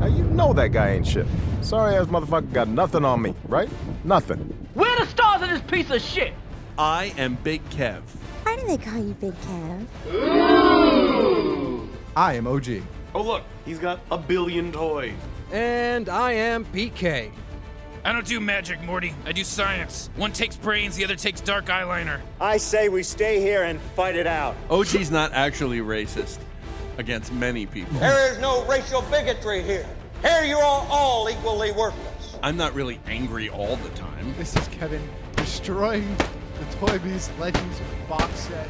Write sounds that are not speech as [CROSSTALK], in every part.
that guy ain't shit. Sorry ass motherfucker got nothing on me, right? Nothing. Where the stars in this piece of shit? I am Big Kev. Why do they call you Big Kev? I am OG. Oh, look, he's got a billion toys. And I am PK. I don't do magic, Morty. I do science. One takes brains, the other takes dark eyeliner. I say we stay here and fight it out. OG's not actually racist against many people. There is no racial bigotry here. Here you are all equally worthless. I'm not really angry all the time. This is Kevin destroying the Toy Biz Legends box set.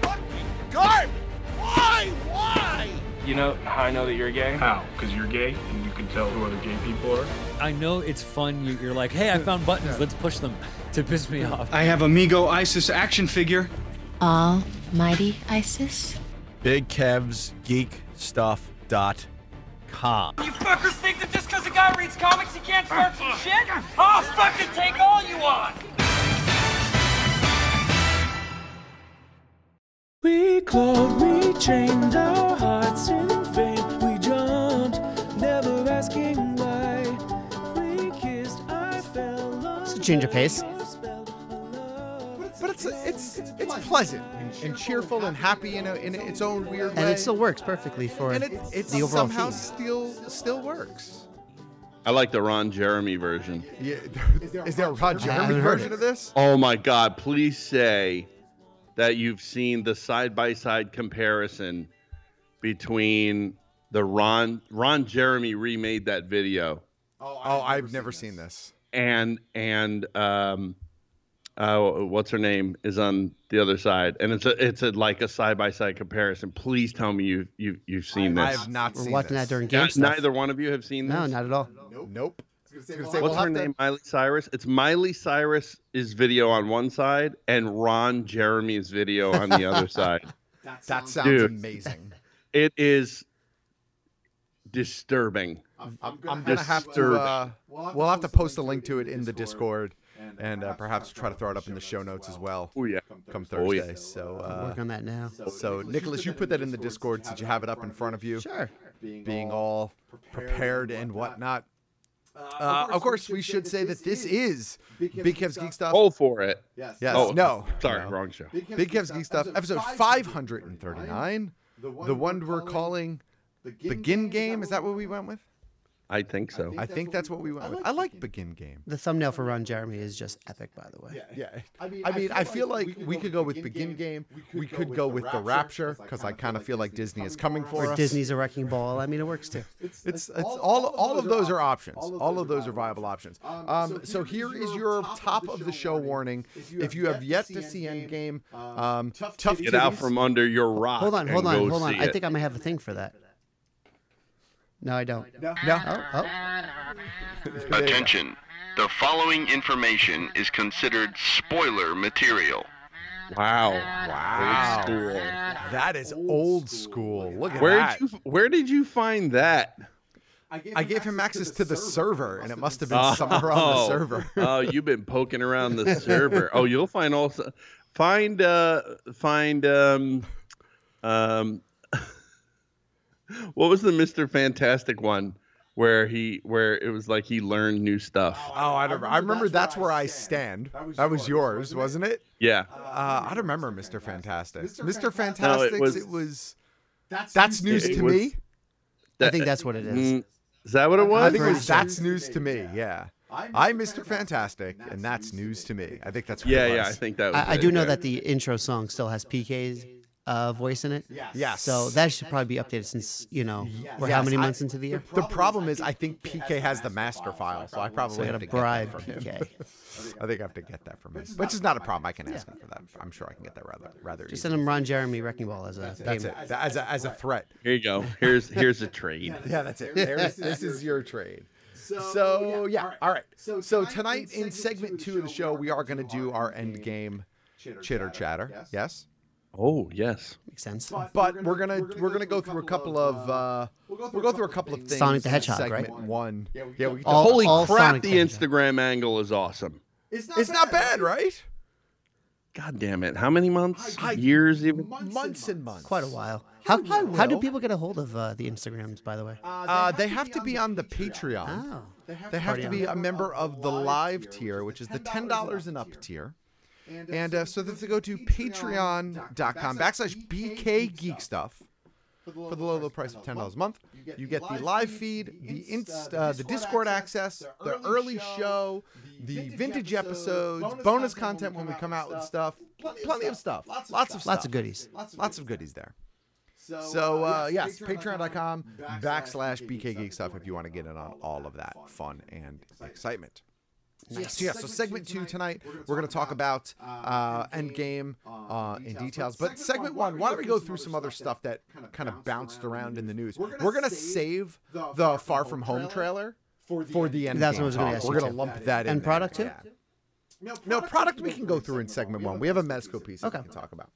Fucking garbage! Why? Why? You know how I know that you're gay? How? Because you're gay and you can tell who other gay people are? I know it's fun. You- You're like, hey, I found buttons. Let's push them to piss me off. I have Amigo ISIS action figure. Almighty ISIS? Big Kev's Geek Stuff dot com. You fuckers think that just because a guy reads comics he can't start some shit? I'll fucking take all you want! We clawed, we chained our hearts in vain. We jumped, never asking why. We kissed, I fell on It's a change of pace. But it's it's it's, it's pleasant and, and cheerful and happy in, a, in its own weird way. And it still works perfectly for and it, it the overall somehow theme. still still works. I like the Ron Jeremy version. Yeah, [LAUGHS] is there a Rod Jeremy haven't heard version it. of this? Oh my God, please say that you've seen the side by side comparison between the Ron Ron Jeremy remade that video Oh, I've, never seen this. and and um uh, what's her name is on the other side and it's a it's a like a side by side comparison. Please tell me you you you've seen I this. have not We're seen watching this. that during Yeah, game stuff. neither one of you have seen this. No, not at all. Nope. nope. I was gonna say, What's we'll her have to- name? Miley Cyrus. It's Miley Cyrus' video on one side and Ron Jeremy's video on the other side. That sounds Dude. amazing. [LAUGHS] It is disturbing. I'm, gonna have to. Disturbing. Uh, we'll have to post a link to it in the Discord, and uh, perhaps try to throw it up in the show notes as well. Oh yeah. Come Oh, yeah. Thursday. So, I'll work uh, on that now. so Nicholas, you put that in the Discord. Did you have it up in front of you? Sure. Being all prepared and whatnot. Uh, of course, we should say that this is Big Kev's Geek Stuff. Go for it. Yes. Oh, no. Sorry, no. wrong show. Big Kev's Geek Stuff, episode 539. The one we're calling the Gin Game. Is that what we went with? I think so. I think that's what we went with. I like Begin Game. The thumbnail for Ron Jeremy is just epic, by the way. Yeah. I mean, I, feel like, we could go with Begin Game. We could go with The Rapture because I kind of feel like Disney is coming for Or us. Disney's a wrecking ball. I mean, it works too. It's, it's all, all of those are options. All of those are viable options. Um, so here is your top of the show warning. If you have yet to see Endgame, um, tough Get out titties. from under your rock. Hold on, and hold on, go hold on. see I it. think I might have a thing for that. No, I don't. No. Oh, oh. Attention. The following information is considered spoiler material. Wow. Wow. Old That is old school. Look at school. Where that. did you Where did you find that? I gave him access to the server, and it must have Oh. been somewhere on the server. [LAUGHS] oh, you've been poking around the server. Oh, you'll find also find uh find um um [LAUGHS] what was the Mr. Fantastic one where he where it was like he learned new stuff. Oh, I don't. I remember that's where I stand. That was yours, wasn't it? Yeah. Uh, I don't remember Mr. Fantastic. Mr. No, it Fantastic. was- It was. That's news It to was- me. I think that's what it is. Mm, is that what it was? I think it was Pretty sure. that's news to me. Yeah. I'm Mr. Fantastic, and that's news to me. I think that's. What yeah, it yeah, I was. think that was I, I it, do know yeah. that the intro song still has PK's uh, voice in it. Yes. So that should probably be updated since, you know, we're how Yes, many I- months into the year? The problem is, I think PK has the master file, so I So probably I have gotta to get that bribe from him. PK. I think I have to get that from him, which is not a problem. I can ask him for that. I'm sure I can get that rather [LAUGHS] rather Just easily. send him Ron Jeremy Wrecking Ball as a That's it. payment. As a, as a threat. Here you go. Here's here's a trade. [LAUGHS] Yeah, that's it. There's, this is your trade. So, yeah, all right. So, tonight in segment two of the show, we are going to do our end game chitter, chatter. Yes. Oh, yes. Makes sense. But we're gonna we're gonna go through a couple of uh, we'll go through a couple of things. Sonic the in Hedgehog, right? segment One. Yeah, we, can- All- Holy all crap, Sonic the things. Instagram angle is awesome. it's not bad, right? God damn it! How many months? Years even? months and months. Quite a while. How, how do people get a hold of uh, the Instagrams, by the way? Uh, they have to be on the Patreon. Oh. They have to be a member of the live tier, which is the ten dollars and up tier. And uh, so they have to go to patreon.com backslash BK Geek Stuff for the low, low price of ten dollars a month. You get the live feed, the inst, uh, the Discord access, the early show, the vintage episodes, bonus content when we come out with stuff, plenty of stuff, lots of stuff, Lots of goodies. lots of goodies there. So uh, yes, patreon.com backslash BK Geek Stuff if you want to get in on all of that fun and excitement. Yes. So, yeah, so segment two tonight, we're going to talk about uh, Endgame uh, in details. But segment one, why don't we go through some other stuff that kind of bounced around in the news? We're going to save the Far From Home trailer for the Endgame. That's what I was gonna talk. ask We're you going to too. lump that in. And there. product too? Yeah. No, product we can go through in segment one. We have a Mezco piece that we can talk about.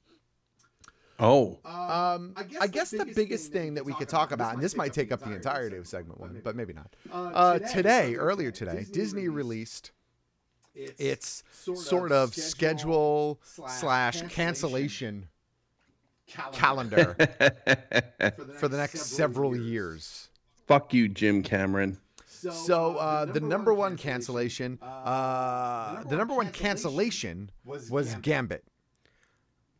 Oh, Um, I guess, the biggest thing that we could talk about, and this might take up the entirety of segment one, but maybe not. Uh, today, earlier today, Disney released its sort of schedule slash cancellation calendar [LAUGHS] for the next several years. Fuck you, Jim Cameron. So uh, the number one cancellation, uh, the number one cancellation was Gambit.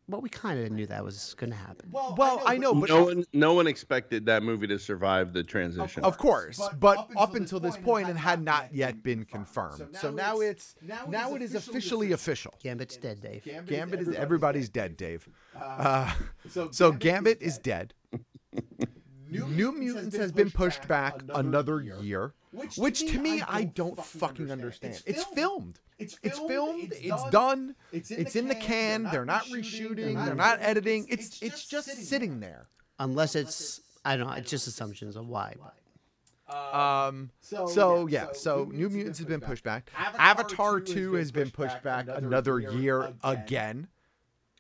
Well, we kind of knew that was going to happen. Well, I know, but no one, no one expected that movie to survive the transition. Of course, but up until, this point, it had not yet been confirmed. So now it's now it is officially official. Gambit's dead, Dave. Gambit is everybody's dead, Dave. Uh, so Gambit is dead. New Mutants has been pushed back another year, which to me I don't fucking understand. It's filmed. It's filmed. It's done. It's in the can. They're not reshooting. They're not editing. It's it's just sitting there. Unless it's, I don't know, it's just assumptions of why. but- Um. So, yeah. So, New Mutants has been pushed back. Avatar Two has been pushed back another year again.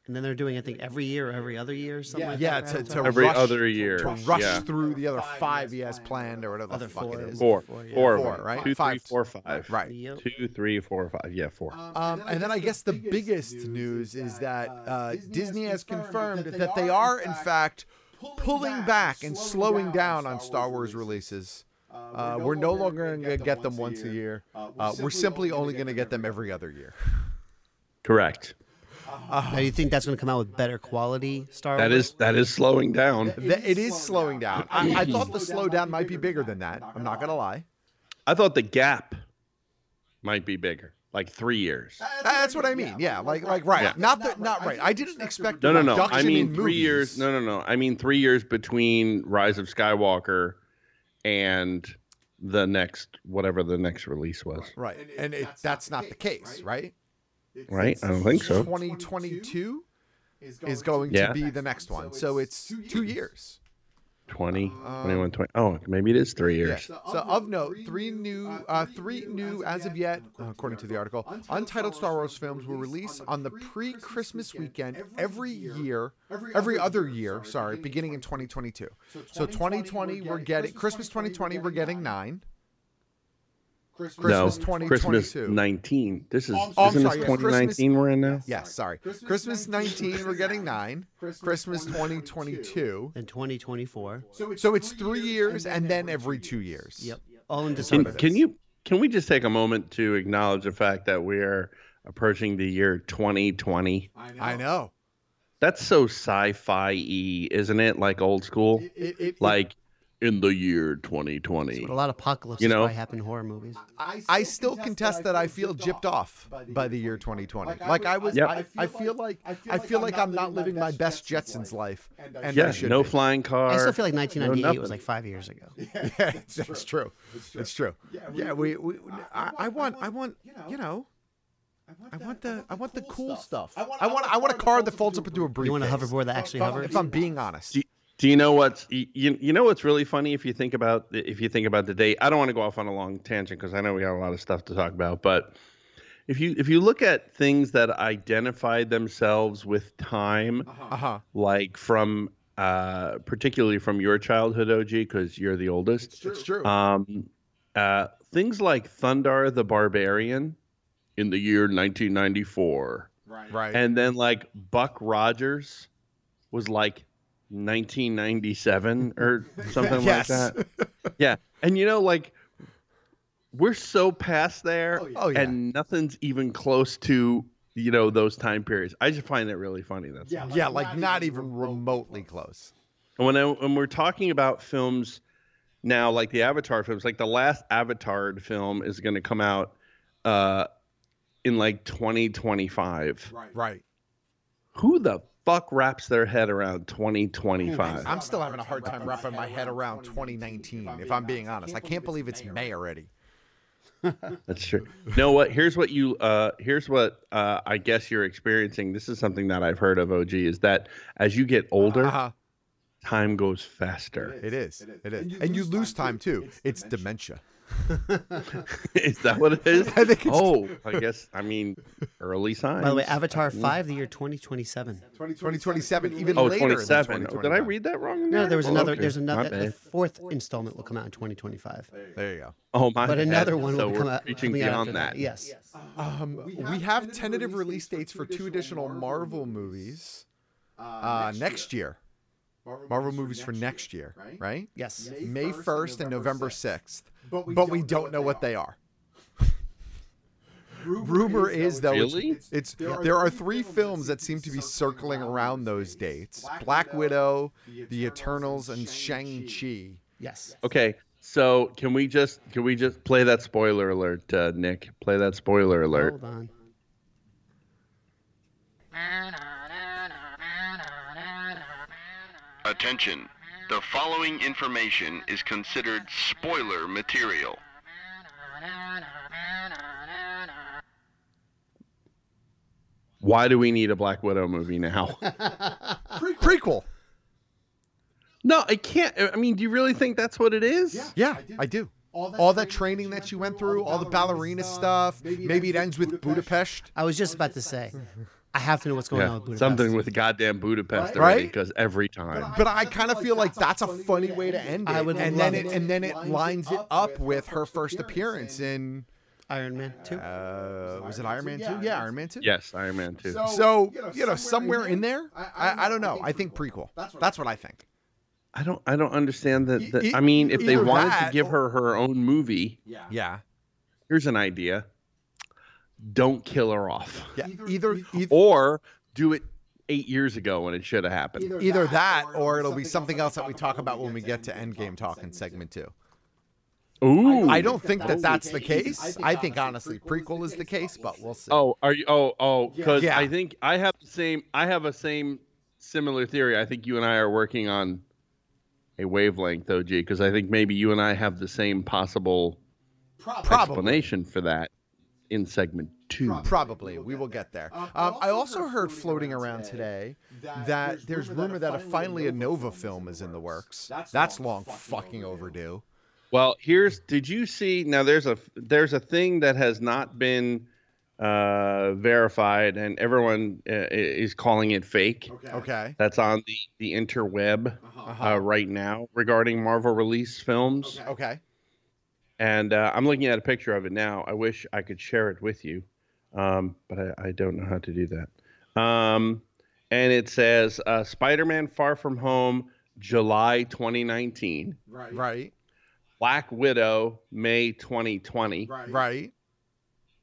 And then they're doing, I think, every year or every other year or something like Yeah. that. To, right? to Every rush, other to- year, To rush yeah. through the other five yes planned or whatever the fuck it is. Four, yeah. four, Four, right? right? Two, Five. three, four, five. Right. Yep. Two, three, four, five. Yeah, four. Um, and then I guess the biggest news is that uh, Disney has confirmed that they are, in fact, pulling back and slowing down on Star Wars releases. Uh, we're no longer going to get them once a year. Uh, we're simply only going to get them every other year. Correct. now, you think that's going to come out with better quality Star Wars? That is that is slowing down. Th- It is slowing down. I, I thought the slowdown might be bigger than that. I'm not going to lie. I thought the gap might be bigger, like three years. That's what I mean. Yeah, like like right. Yeah. Not that not right. I didn't expect No, a no, no. I reduction mean in three movies. years. No, no, no. I mean three years between Rise of Skywalker and the next whatever the next release was. Right. And it, that's not the case, right? Right? I don't think so. 2022 is going Yeah. to be the next one. So it's two years. 20, 21, 20. Oh, maybe it is three years. uh, So of note, three new, uh, three new as of yet, according to the article, untitled Star Wars films will release on the pre-Christmas weekend every year, every other year. Sorry, beginning in 2022. So 2020, we're getting Christmas 2020, we're getting nine. Christmas no, 2022. Christmas 19. This is Oh, I'm isn't sorry, yeah, this Christmas- 2019 we're in now? Yes, sorry. Christmas 19, we're getting nine. Christmas 2022. In 2024. So it's three years and then every two years. Yep. All in Can, December. can you can we just take a moment to acknowledge the fact that we're approaching the year 2020? I know. That's so sci-fi y, isn't it? Like old school? It, it, Like in the year But 2020. a lot of apocalypses You know? probably happen in horror movies. I, still contest that I feel gypped off by the year 2020. Like, I was, Yep. I, I feel like I feel like I'm not living my best Jetsons life, and I Yeah, should no be. [LAUGHS] flying car. I still feel like no 1998 nothing. was like five years ago. Yeah, that's true. That's true. Yeah, we, we, I, I want, I want, you know, I want the, I want the cool stuff. I want, I want a car that folds up into a briefcase. You want a hoverboard that actually If I'm- hovers? If I'm being honest. Do you know what's you, you know what's really funny if you think about if you think about the date? I don't want to go off on a long tangent because I know we got a lot of stuff to talk about, but if you if you look at things that identified themselves with time, Uh huh. like from uh, particularly from your childhood, OG, because you're the oldest. It's true. Um, uh, things like Thundar the Barbarian in the year 1994. Right. Right. And then like Buck Rogers was like [LAUGHS] 1997 or something Yes. like that. Yeah. And you know, like we're so past there Oh, yeah. and nothing's even close to, you know, those time periods. I just find that really funny. That's Yeah, all. like, not, even remotely close. And when I, when we're talking about films now, like the Avatar films, like the last Avatar film is going to come out uh, in like 2025. Right. Right. Who the fuck wraps their head around 2025? I'm still having a hard time wrapping my head around 2019. If I'm being honest, I can't believe it's May already. That's true. You know what? Here's what you. Uh, here's what uh, I guess you're experiencing. This is something that I've heard of. OG is that as you get older, Uh-huh. time goes faster. It is. It is. And you lose time too. It's dementia. [LAUGHS] is that what it [LAUGHS] is? I think it's- oh, I guess. I mean, early signs. By the way, Avatar Mm. 5, the year 2027. 2027, even Oh, later. 27. Than Oh, did I read that wrong? in No, the there was article? another. Oh, Okay, There's my another. The bad. fourth installment will come out in 2025. There you go. Oh my! But another bad. one So will we're come out. Reaching coming out beyond after that. Yes. Um, we have tentative release dates for two additional Marvel movies uh, next year. Marvel movies for next year, right? Yes. May 1st and November 6th. But we, don't know what they are. [LAUGHS] Rumor is though it's- Really? it's, there are three films that seem to be circling around those dates. Black Widow, The Eternals and Shang-Chi. Yes. Okay. So can we just can we just play that spoiler alert, uh, Nick? Play that spoiler alert. Hold on. Attention. The following information is considered spoiler material. Why do we need a Black Widow [LAUGHS] movie now? Prequel. no, I can't. I mean, do you really think that's what it is? Yeah, I do. All that, training that you went through, all the ballerina stuff. Maybe, it ends with Budapest. I was just about to say, I have to know what's going on with Budapest. something with goddamn Budapest Right? already, Right? because every time. But I kind of feel like that's a funny way to end it. I would and love then it, it. and then it lines it up with her first appearance in Iron Man 2. uh, was it Iron Man 2? Yeah, Iron Man 2. Yes, Iron Man 2. So, you know, somewhere in there, I, I don't know. I think prequel. That's what I think. I don't. I don't understand that. that e- I mean, if they either wanted that to give her her own movie, Yeah. Yeah. here's an idea: don't kill her off, Yeah. Either either, or do it eight years ago when it should have happened. either that or it'll be something else that we talk about when we get to Endgame talk in segment 2. Ooh. I don't think that that's the case. I think honestly prequel is the case, but we'll see. Oh, are you? Oh, oh, because Yeah. I think I have the same. I have a same similar theory. I think you and I are working on a wavelength, OG, because I think maybe you and I have the same possible explanation for that in segment two. Probably. We will get there. Um, I also heard floating around today that there's rumor that a finally a Nova film is in the works. That's long fucking overdue. Well, here's. Did you see? Now there's a there's a thing that has not been uh, verified, and everyone uh, i- is calling it fake. Okay. That's on the the interweb Uh-huh. uh, right now regarding Marvel release films. Okay. and uh, I'm looking at a picture of it now. I wish I could share it with you, um, but I, I don't know how to do that. Um, and it says uh, Spider-Man: Far From Home, July 2019. Right. Right. Black Widow, May 2020. Right.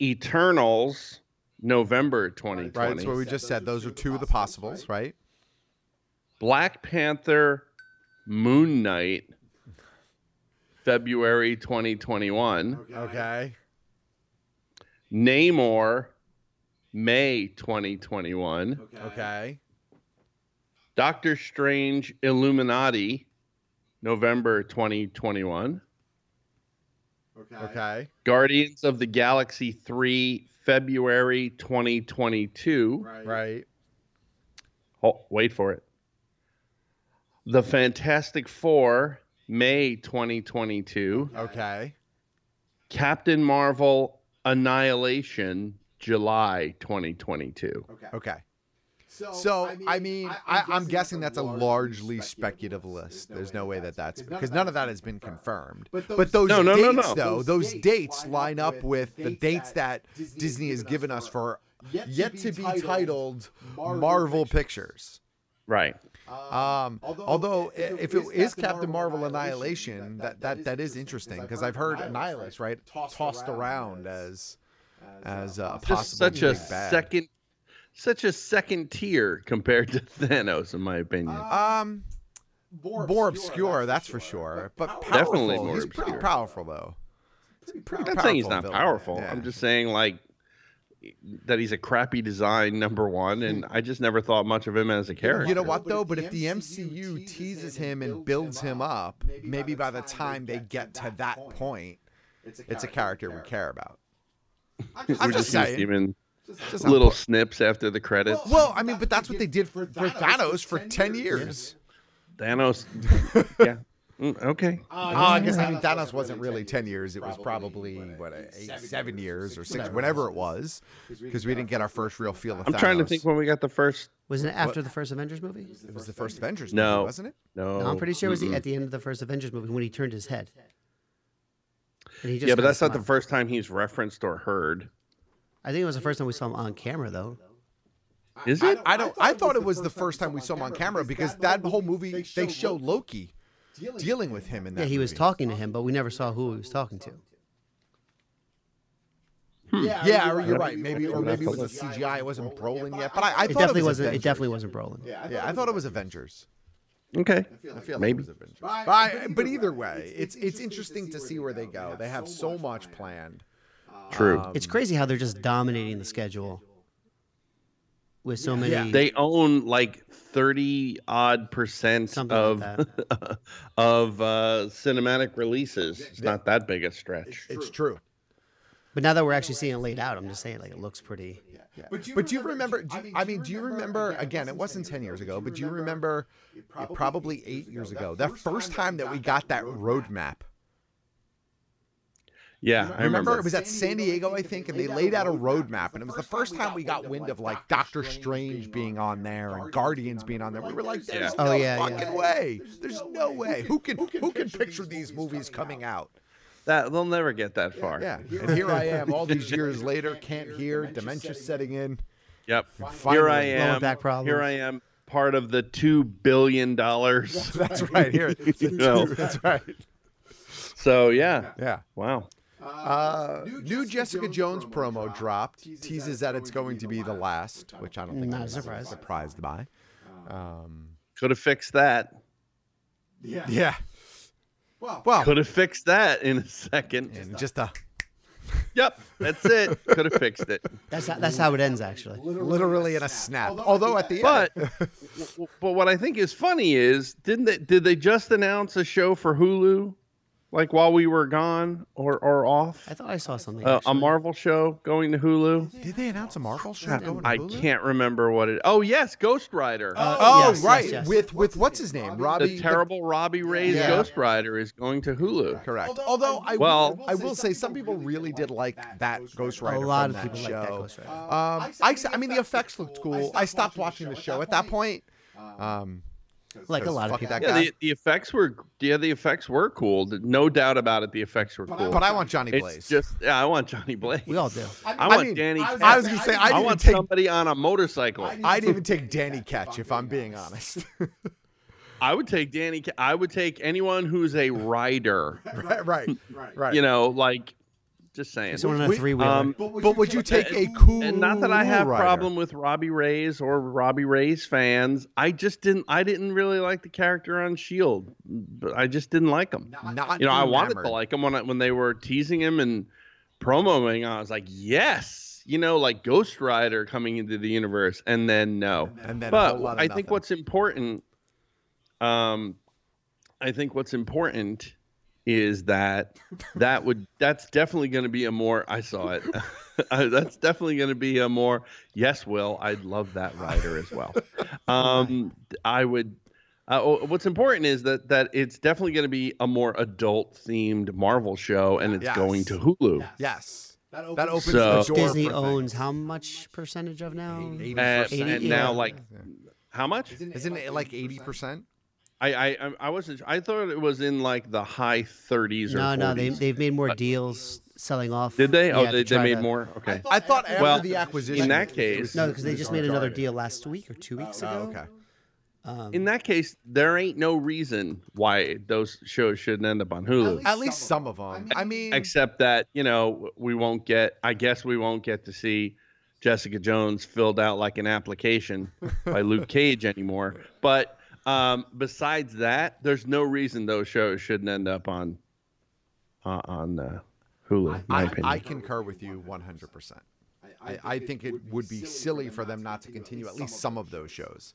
Eternals, November 2020. Right. That's what we just said. Those are two of the possibles, right? Black Panther, Moon Knight, February 2021. Okay. Namor, May 2021. Okay. Doctor Strange Illuminati, November 2021. Okay. Guardians of the Galaxy 3, February 2022. Right. Oh, wait for it. The Fantastic Four, May 2022. Okay. Captain Marvel Annihilation, July 2022. Okay. So I mean, I, I'm guessing that's a largely speculative list. There's no way that that's because none of that has been confirmed. But those, No, no, no, dates, no. though, those dates line up with the dates that Disney has given us for yet, yet to, be, titled, titled Marvel, Marvel Pictures. Pictures. Right. Um, although, although, if it, it is Captain Marvel, Marvel Annihilation, that that, that, that is interesting because I've heard Annihilus right tossed, tossed around as as uh, a possible such a second such a second tier compared to [LAUGHS] Thanos, in my opinion. Um, more, more obscure, that's, that's for sure, but powerful. definitely more he's obscure. pretty powerful though. Pretty, pretty I'm not saying he's not villain. powerful. Yeah. I'm just saying like that he's a crappy design number one, and I just never thought much of him as a character. You know what though? But if the MCU teases him and builds him up, maybe by the time they get to that point, it's a character we care about. I'm just, I'm just saying. Even, just little snips after the credits. Well, well, I mean, but that's what they did for, for Thanos for 10 years. Thanos. [LAUGHS] yeah. Mm, okay. Uh, I guess I mean Thanos wasn't really ten years. It was probably what eight, seven years or six, whatever it was, because we didn't get our first real feel of. I'm Thanos. trying to think when we got the first. Wasn't it after what? the first Avengers movie? It was the first Avengers. No. movie, wasn't it? No. no I'm pretty sure it was mm-hmm. at the end of the first Avengers movie when he turned his head. He yeah, but that's smiled. not the first time he's referenced or heard. I think it was the first time we saw him on camera, though. Is it? I don't. I thought, it was the first time we saw him on camera because that whole movie they show Loki dealing, with him in that. Yeah, he movie. was talking to him, but we never saw who he was talking to. Hmm. Yeah, yeah, you're, you're right. Maybe or maybe it was a CGI. It wasn't Brolin yet, but I, I it definitely it was not It definitely wasn't Brolin. Yeah, I thought, yeah, I thought it was Avengers. Okay, I feel, I feel maybe. Like Avengers. But, I, but either way, it's it's interesting to see where they go. They have so much planned. True. Um, it's crazy how they're just dominating the schedule with so many. Yeah. They own like thirty odd percent Something of like [LAUGHS] of uh, cinematic releases. It's not that big a stretch. It's true. But now that we're actually seeing it laid out, I'm just saying like it looks pretty. Yeah. But do you but remember? Do you, I mean, do you remember? Again, it wasn't ten years ago, but do you remember? Probably eight years ago, the first time that we got that roadmap. Yeah, remember, I remember. It was at San Diego, I think, and they laid out a roadmap, and it was the first time we got wind of like Doctor Strange being on there and Guardians being on there. We were like, "There's yeah. no oh, yeah, fucking yeah. way! There's no way! Who can who can picture these movies coming out?" That they'll never get that far. Yeah, and here I am, all these years later, can't hear, dementia setting in. Yep. Finally, here I am. Back problems. Here I am part of the two billion dollars. that's right. Here, you know. that's right. So yeah, yeah. Wow. Uh, new, new Jessica, Jessica Jones, Jones, promo, dropped teases, teases that it's going to be the last, which I don't think I'm surprised. surprised by. Um, could have fixed that. Yeah. Yeah. Well, Oh. well could have fixed that in a second. And just a. Yep, that's it. Could have [LAUGHS] fixed it. That's how, that's how it ends, actually. Literally, Literally in a snap. snap. Although, Although at the end, but but what I think is funny is didn't they did they just announce a show for Hulu? like while we were gone or or off. I thought I saw something. Uh, a Marvel show going to Hulu. Did they, Did they announce a Marvel show? I can't remember what it. Oh yes, Ghost Rider. Uh, oh yes, right, yes, yes. with with what's his name? Robbie. The terrible Robbie Ray's yeah. Ghost Rider is going to Hulu. Correct. Although, Although I well, I will say some people really did like that Ghost Rider. A lot of people show. like that Ghost Rider. Um, I, I mean the effects looked cool. I stopped watching the show at that point. Um, like a lot of people. Yeah, the, the, effects were yeah, the effects were cool. No doubt about it. The effects were but cool. I, but I want Johnny Blaze. It's just yeah, I want Johnny Blaze. We all do. I, mean, I want I mean, Danny. I, I was gonna say I, want take, somebody on a motorcycle. I'd even take Danny Ketch if I'm being honest. [LAUGHS] I would take Danny. I would take anyone who's [LAUGHS] a rider. right, right, right, right. You know, like just saying. Someone on a three wheeler. Um, but would you, but would you take a, a cool? And not that I have rider. problem with Robbie Ray's or Robbie Ray's fans. I just didn't. I didn't really like the character on Shield. E But I just didn't like him. Not, you know, I wanted to like him when I, when they were teasing him and promoting. I was like, yes, you know, like Ghost Rider coming into the universe, and then no. And then but I think nothing. what's important. Um, I think what's important is that that would that's definitely going to be a more I saw it. [LAUGHS] that's definitely going to be a more yes, Will. I'd love that rider [LAUGHS] as well. Um, I would. Uh, what's important is that that it's definitely going to be a more adult themed Marvel show, and it's yes. going to Hulu. Yes. yes. That opens, that opens so, the door. Disney owns how much percentage of now? 80, uh, 80 and now, like, yeah. how much? Isn't it, Isn't it like eighty percent? I, I I wasn't. I thought it was in like the high 30s. Or no, 40s. no, they they've made more deals selling off. Did they? Oh, yeah, they, to they try made to- more. Okay. I thought after well, the acquisition. In that case, no, because they just made another deal last week or two weeks ago. Oh, okay. Um, in that case, there ain't no reason why those shows shouldn't end up on Hulu. At least some of them. I mean, except that you know we won't get. I guess we won't get to see Jessica Jones filled out like [LAUGHS] an application by Luke Cage anymore. But um, besides that, there's no reason those shows shouldn't end up on uh, on uh, Hulu. in my I, opinion. I concur with you 100%. I, I think it would be silly for them not to continue at least some of those shows.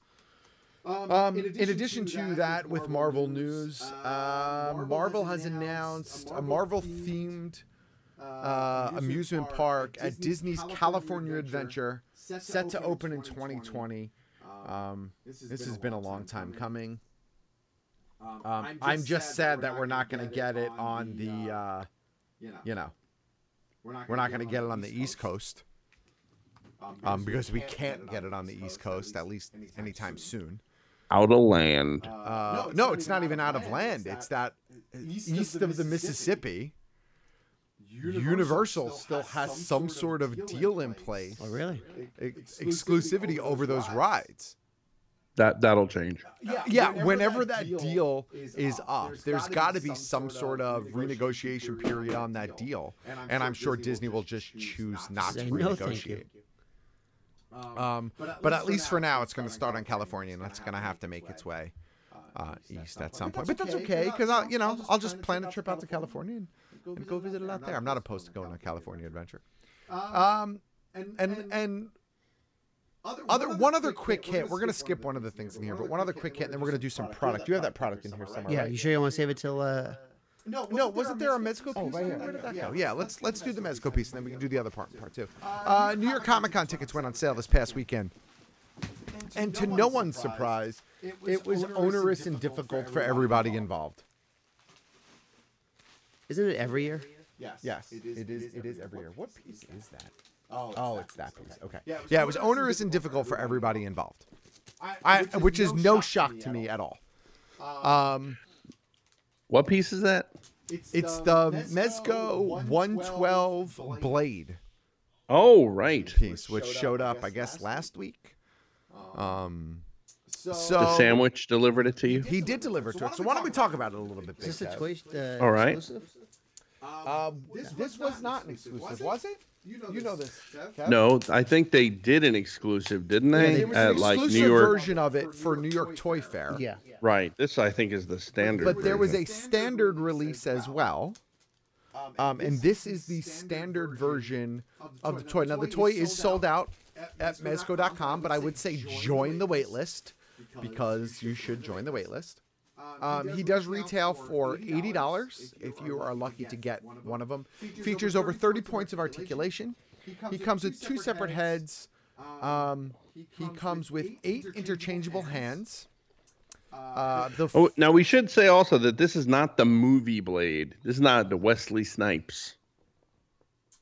Um, in, addition to that, with Marvel news, uh, Marvel, has announced a Marvel themed uh, amusement park at Disney's California Adventure, set to open in 2020. Um, this has been a long time coming. Um, I'm just sad that we're not going to get it on the, uh, you know, we're not going to get it on the East Coast um, because we can't get it on the East Coast, at least anytime soon. Out of land. Uh, no, it's not even out of land. It's that east of the Mississippi. Universal still has some sort of deal in place. Oh, really? Exclusivity over those rides. That that'll change. Yeah, yeah. Whenever that deal is up, there's got to be some sort of renegotiation period on that deal, and I'm sure Disney will just choose not to Say no, thank you. renegotiate. Um, but at least for now, it's going to start on California, and it's going to have to make its way uh, east at some point. But that's okay, because I'll, you know, I'll just plan a trip out to California and, and go visit it out there. I'm not opposed to going on a California adventure. Um, and and and other one other quick hit. We're gonna skip one of the things in here, but one other quick hit, and then we're gonna do some product. You have that product in here somewhere. yeah, right? you sure you want to save it till? Uh, No, no, wasn't there a Mezco piece? Oh, right here. Where did that go? Yeah, let's let's do the Mezco piece, and then we can do the other part, part two. Uh, New York Comic Con tickets went on sale this past weekend, and to no one's surprise, it was onerous and difficult for everybody involved. isn't it every year? Yes, it is. It is, every year. What piece is that? Oh, it's that piece. Okay. Yeah, it was onerous and difficult for everybody involved, I, which is no shock to me at all. Um, What piece is that? It's the Mezco 112 blade Oh right. piece, which showed up, I guess, last week. Um, so the sandwich delivered it to you. He did deliver it to us. So why don't we talk about it a little bit? Is this Big a Kev? choice? Uh, All right. exclusive? Um, this, this was not an exclusive, was it? You know, this. Kev? No, I think they did an exclusive, didn't Yeah, they? there was At an like New exclusive York. version of it for New York Toy Fair. Yeah. Right. This I think is the standard. But there was version. a standard release as well. Um, and this is the standard version of the toy. Now, the toy is sold out at Mezco.com, but I would say join the wait list because you should join the wait list. Um, he does retail for $80 if you are lucky to get one of them. Features over 30 points of articulation. He comes with two separate heads. Um, he comes with eight interchangeable hands. Uh, the Oh, now we should say also that this is not the movie Blade. This is not the Wesley Snipes.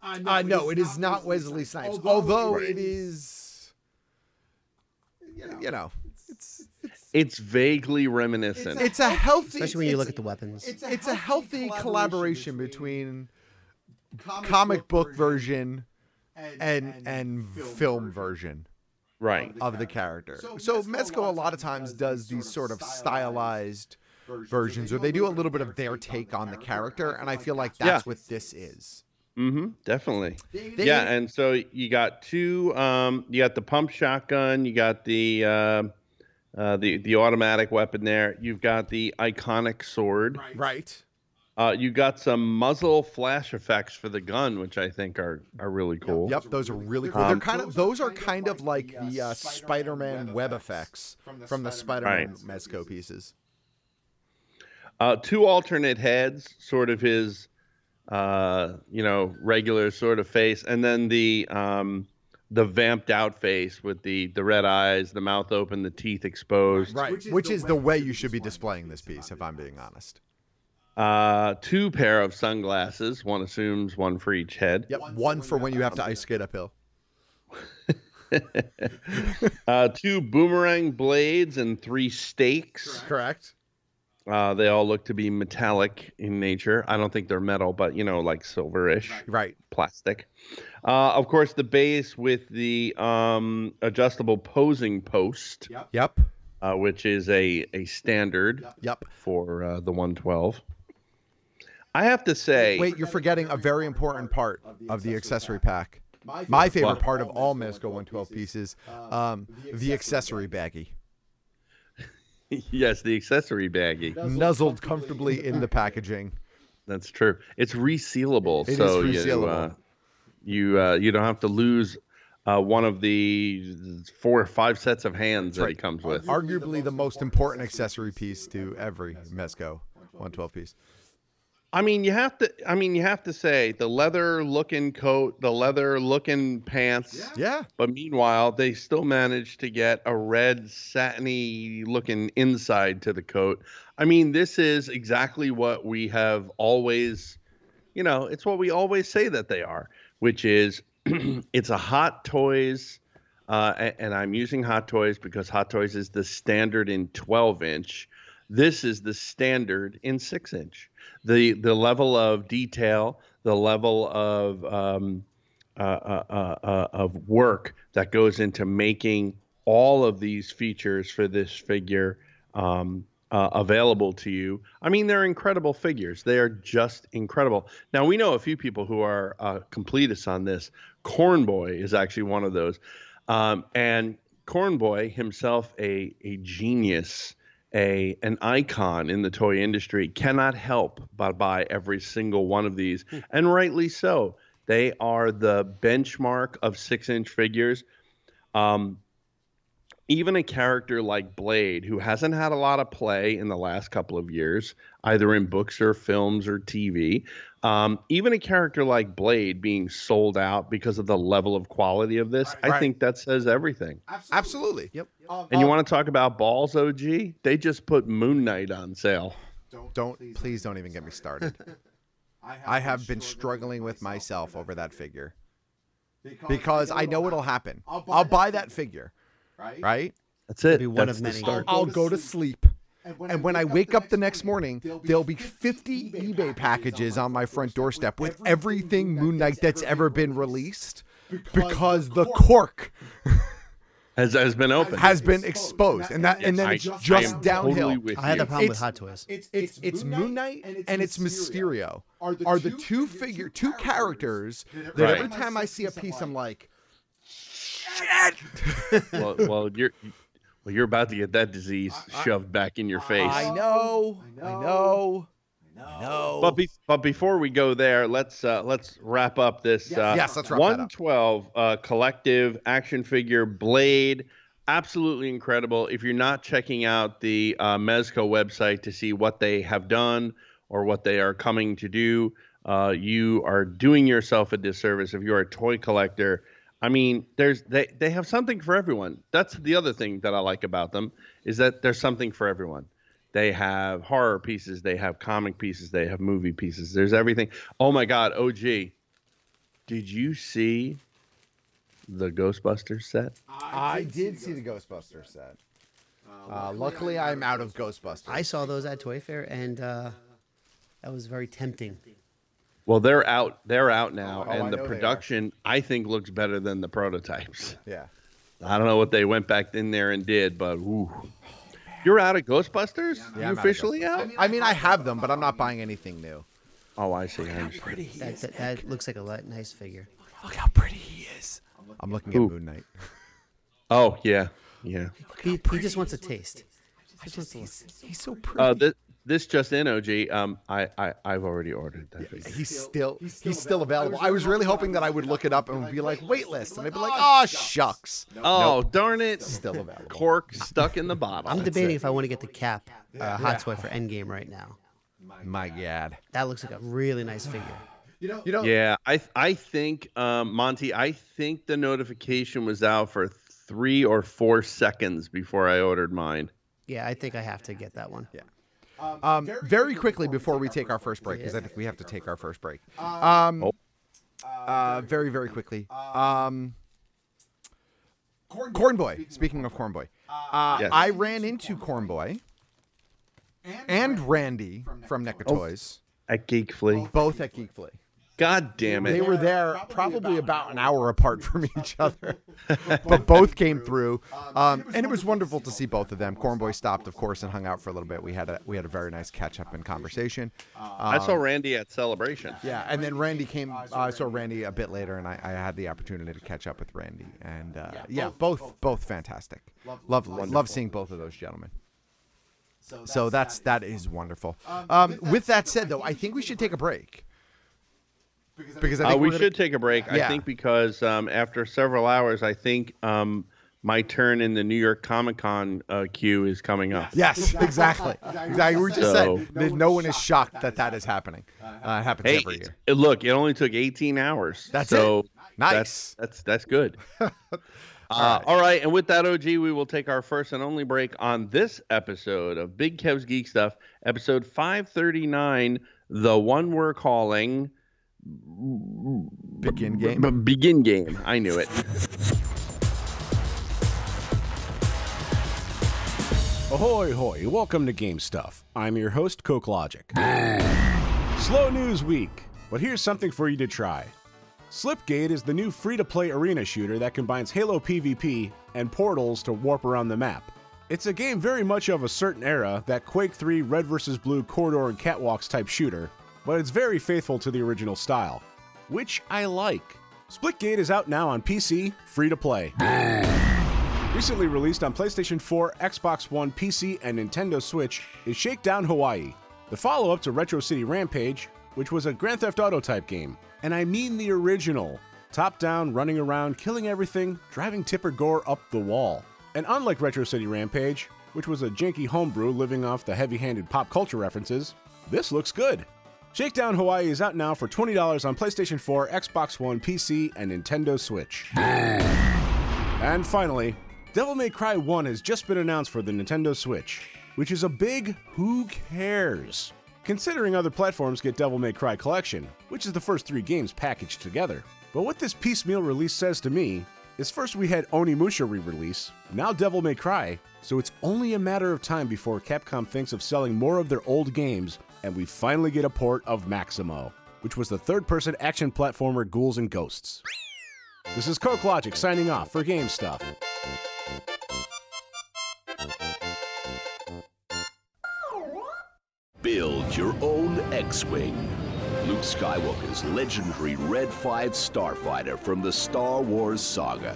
Uh, no, it is not Wesley Snipes. Although it is, you know, It's vaguely reminiscent. it's a healthy. Especially when you it's- look at the weapons. It's a, healthy collaboration between comic book version and and film version right. of the character. So Mezco a lot of times does these sort of stylized versions, or they do a little bit of their take on the character, and I feel like that's Yeah. what this is. Mm-hmm. Definitely. They- yeah, and so you got two. Um, you got the pump shotgun. You got the uh, uh, the the automatic weapon there. You've got the iconic sword. Right. Uh, you got some muzzle flash effects for the gun, which I think are are really cool. Yep, those are really cool. cool. They're Um, kind of those are kind of like the uh, Spider-Man web effects from the Spider-Man Mezco pieces. Uh, two alternate heads, sort of his, uh, you know, regular sort of face, and then the um, the vamped out face with the the red eyes, the mouth open, the teeth exposed. Right, which is, the way you should be displaying this piece, if I'm being honest. Uh, two pair of sunglasses. One assumes one for each head. Yep, one, for when you have to ice skate uphill. uh, two boomerang blades and three stakes. Correct. Uh, they all look to be metallic in nature. I don't think they're metal, but you know, like silverish, right? Plastic. Uh, of course, the base with the um, adjustable posing post. Yep. yep. Uh, which is a a standard. Yep. For uh, the 112. I have to say. Wait, you're forgetting a very important part of the accessory pack. My favorite what? part of all Mezco 112 pieces, um, the accessory baggie [LAUGHS] yes, the accessory baggie. Nuzzled comfortably [LAUGHS] in the packaging. That's true. It's resealable, it so resealable. you uh, you, uh, you don't have to lose uh, one of the four or five sets of hands That's that right. it comes with. Arguably the most important accessory piece to every Mesco 112 piece. I mean, you have to. I mean, you have to say the leather-looking coat, the leather-looking pants. Yeah. But meanwhile, they still managed to get a red satiny-looking inside to the coat. I mean, this is exactly what we have always, you know, it's what we always say that they are, which is, [CLEARS THROAT] it's a Hot Toys, uh, and, and I'm using Hot Toys because Hot Toys is the standard in 12-inch. This is the standard in six-inch the the level of detail, the level of um, uh, uh, uh, of work that goes into making all of these features for this figure um, available to you. I mean, they're incredible figures. They are just incredible. Now we know a few people who are uh, completists on this. Cornboy is actually one of those, um, and Cornboy himself a a genius a an icon in the toy industry cannot help but buy every single one of these and rightly so they are the benchmark of six inch figures um, even a character like blade who hasn't had a lot of play in the last couple of years either in books or films or tv um, even a character like blade being sold out because of the level of quality of this right. i think that says everything absolutely, absolutely. yep um, and you Uh, um, want to talk about balls, OG? They just put Moon Knight on sale. Don't, don't please don't even get me [LAUGHS] started. I, have I have been struggling with myself over that figure because, because I know it'll happen. I'll buy, I'll buy that, that figure, right? Right? That's it. It'll be one That's of many. I'll, I'll, go to sleep. And when, and when I wake up the next morning, there'll be 50 eBay packages on my front doorstep with everything Moon Knight that's ever been released because the cork. Has, has been open has been exposed and that yes, and then I, it's just I downhill totally i had you. a problem it's, with hot toys it's it's, it's moon knight and it's, and it's mysterio, mysterio are, the are the, two, figure two characters that right. every time i see a piece i'm like shit well, well you're well you're about to get that disease shoved back in your face i know i know I know. But be, but before we go there, let's uh, let's wrap up this. Yes, uh, yes let's wrap 112 uh, collective action figure blade. Absolutely incredible. If you're not checking out the uh, Mezco website to see what they have done or what they are coming to do, uh, you are doing yourself a disservice if you're a toy collector. I mean, there's they they have something for everyone. That's the other thing that I like about them is that there's something for everyone. They have horror pieces, they have comic pieces, they have movie pieces. There's everything. Oh my God, OG, did you see the Ghostbusters set? I, did, I did see the Ghostbusters set. Uh, luckily, I'm out of Ghostbusters. I saw those at Toy Fair, and uh, that was very tempting. Well, they're out. They're out now, oh, and I the production I think looks better than the prototypes. Yeah. I don't know what they went back in there and did, but ooh. You're out of Ghostbusters? Yeah, you I'm officially out, of Ghostbusters. out? I mean, I have them, but I'm not buying anything new. Oh, I see. Look how pretty he that, is. That, that looks like a nice figure. Look how pretty he is. I'm looking Ooh. at Moon Knight. oh, yeah. Yeah. He, he just wants a taste. Just just, he's, he's, so pretty. Uh, this, this just in, OG. Um, I, I, I've already ordered that. Yeah, figure. He's still, he's still, he's still available. available. I was really hoping that I would look it up and be like, wait list, and I'd be like, oh shucks. Nope. Oh darn it, still available. Cork stuck in the bottle. I'm That's debating it. if I want to get the cap, uh, hot yeah. toy for Endgame right now. My God, that looks like a really nice figure. You know, Oh. you know, yeah, I I think um, Monty, I think the notification was out for three or four seconds before I ordered mine. Yeah, I think I have to get that one. Yeah. Um, very, very quickly before we take our first break, because I think we have to take our first break. Um, oh. uh, very, very quickly. Um, Uh, Cornboy. Speaking of Cornboy, uh, yes. I ran into Cornboy and Randy from Neckatoys at Geek Flea. Both at Geek Flea. God damn it. Oh. They were there probably about an hour apart from each other, [LAUGHS] but both came through. Um, and it was wonderful to see both of them. Cornboy stopped, of course, and hung out for a little bit. We had a we had a very nice catch up and conversation. Um, I saw Randy at Celebration. Yeah, and then Randy came. Uh, I saw Randy a bit later, and I, I had the opportunity to catch up with Randy. And uh, yeah, both both fantastic. Love love seeing both of those gentlemen. So that's that is wonderful. Um, with that said, though, I think we should take a break because I uh, think we we're gonna- should take a break. Yeah. I think because um, after several hours, I think um, my turn in the New York Comic Con uh, queue is coming up. Yes, [LAUGHS] exactly. Exactly. We just So- said that no one is shocked that that is happening. Uh, it happens Hey, every year. it- look, it only took 18 hours. That's so it. Nice. That's that's, [LAUGHS] that's good. uh, all right, and with that, OG, we will take our first and only break on this episode of Big Kev's Geek Stuff, episode 539, the one we're calling Begin Game. B- begin Game. I knew it. Ahoy, hoy, welcome to Game Stuff. I'm your host, Coke Logic. Slow news week, but here's something for you to try. Slipgate is the new free to play arena shooter that combines Halo PvP and portals to warp around the map. It's a game very much of a certain era, that Quake 3 Red vs. Blue corridor and catwalks type shooter, but it's very faithful to the original style, which I like. Splitgate is out now on PC, free to play. Recently released on PlayStation 4, Xbox One, PC, and Nintendo Switch is Shakedown Hawaii, the follow up to Retro City Rampage, which was a Grand Theft Auto type game. And I mean the original top down, running around, killing everything, driving Tipper Gore up the wall. And unlike Retro City Rampage, which was a janky homebrew living off the heavy handed pop culture references, this looks good. Shakedown Hawaii is out now for $20 on PlayStation 4, Xbox One, PC, and Nintendo Switch. And finally, Devil May Cry 1 has just been announced for the Nintendo Switch, which is a big who cares, considering other platforms get Devil May Cry Collection, which is the first three games packaged together. But what this piecemeal release says to me is first we had Onimusha re release, now Devil May Cry, so it's only a matter of time before Capcom thinks of selling more of their old games, and we finally get a port of Maximo, which was the third person action platformer Ghouls and Ghosts. This is Coke Logic signing off for Game Stuff. Build your own X Wing. Luke Skywalker's legendary Red 5 starfighter from the Star Wars saga.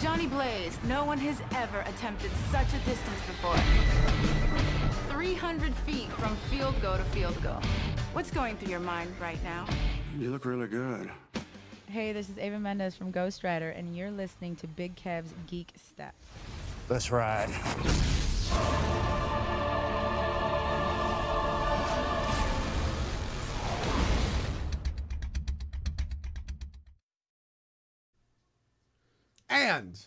Johnny Blaze, no one has ever attempted such a distance before. 300 feet from field goal to field goal. What's going through your mind right now? You look really good. Hey, this is Ava Mendez from Ghost Rider, and you're listening to Big Kev's Geek Step. Let's ride. And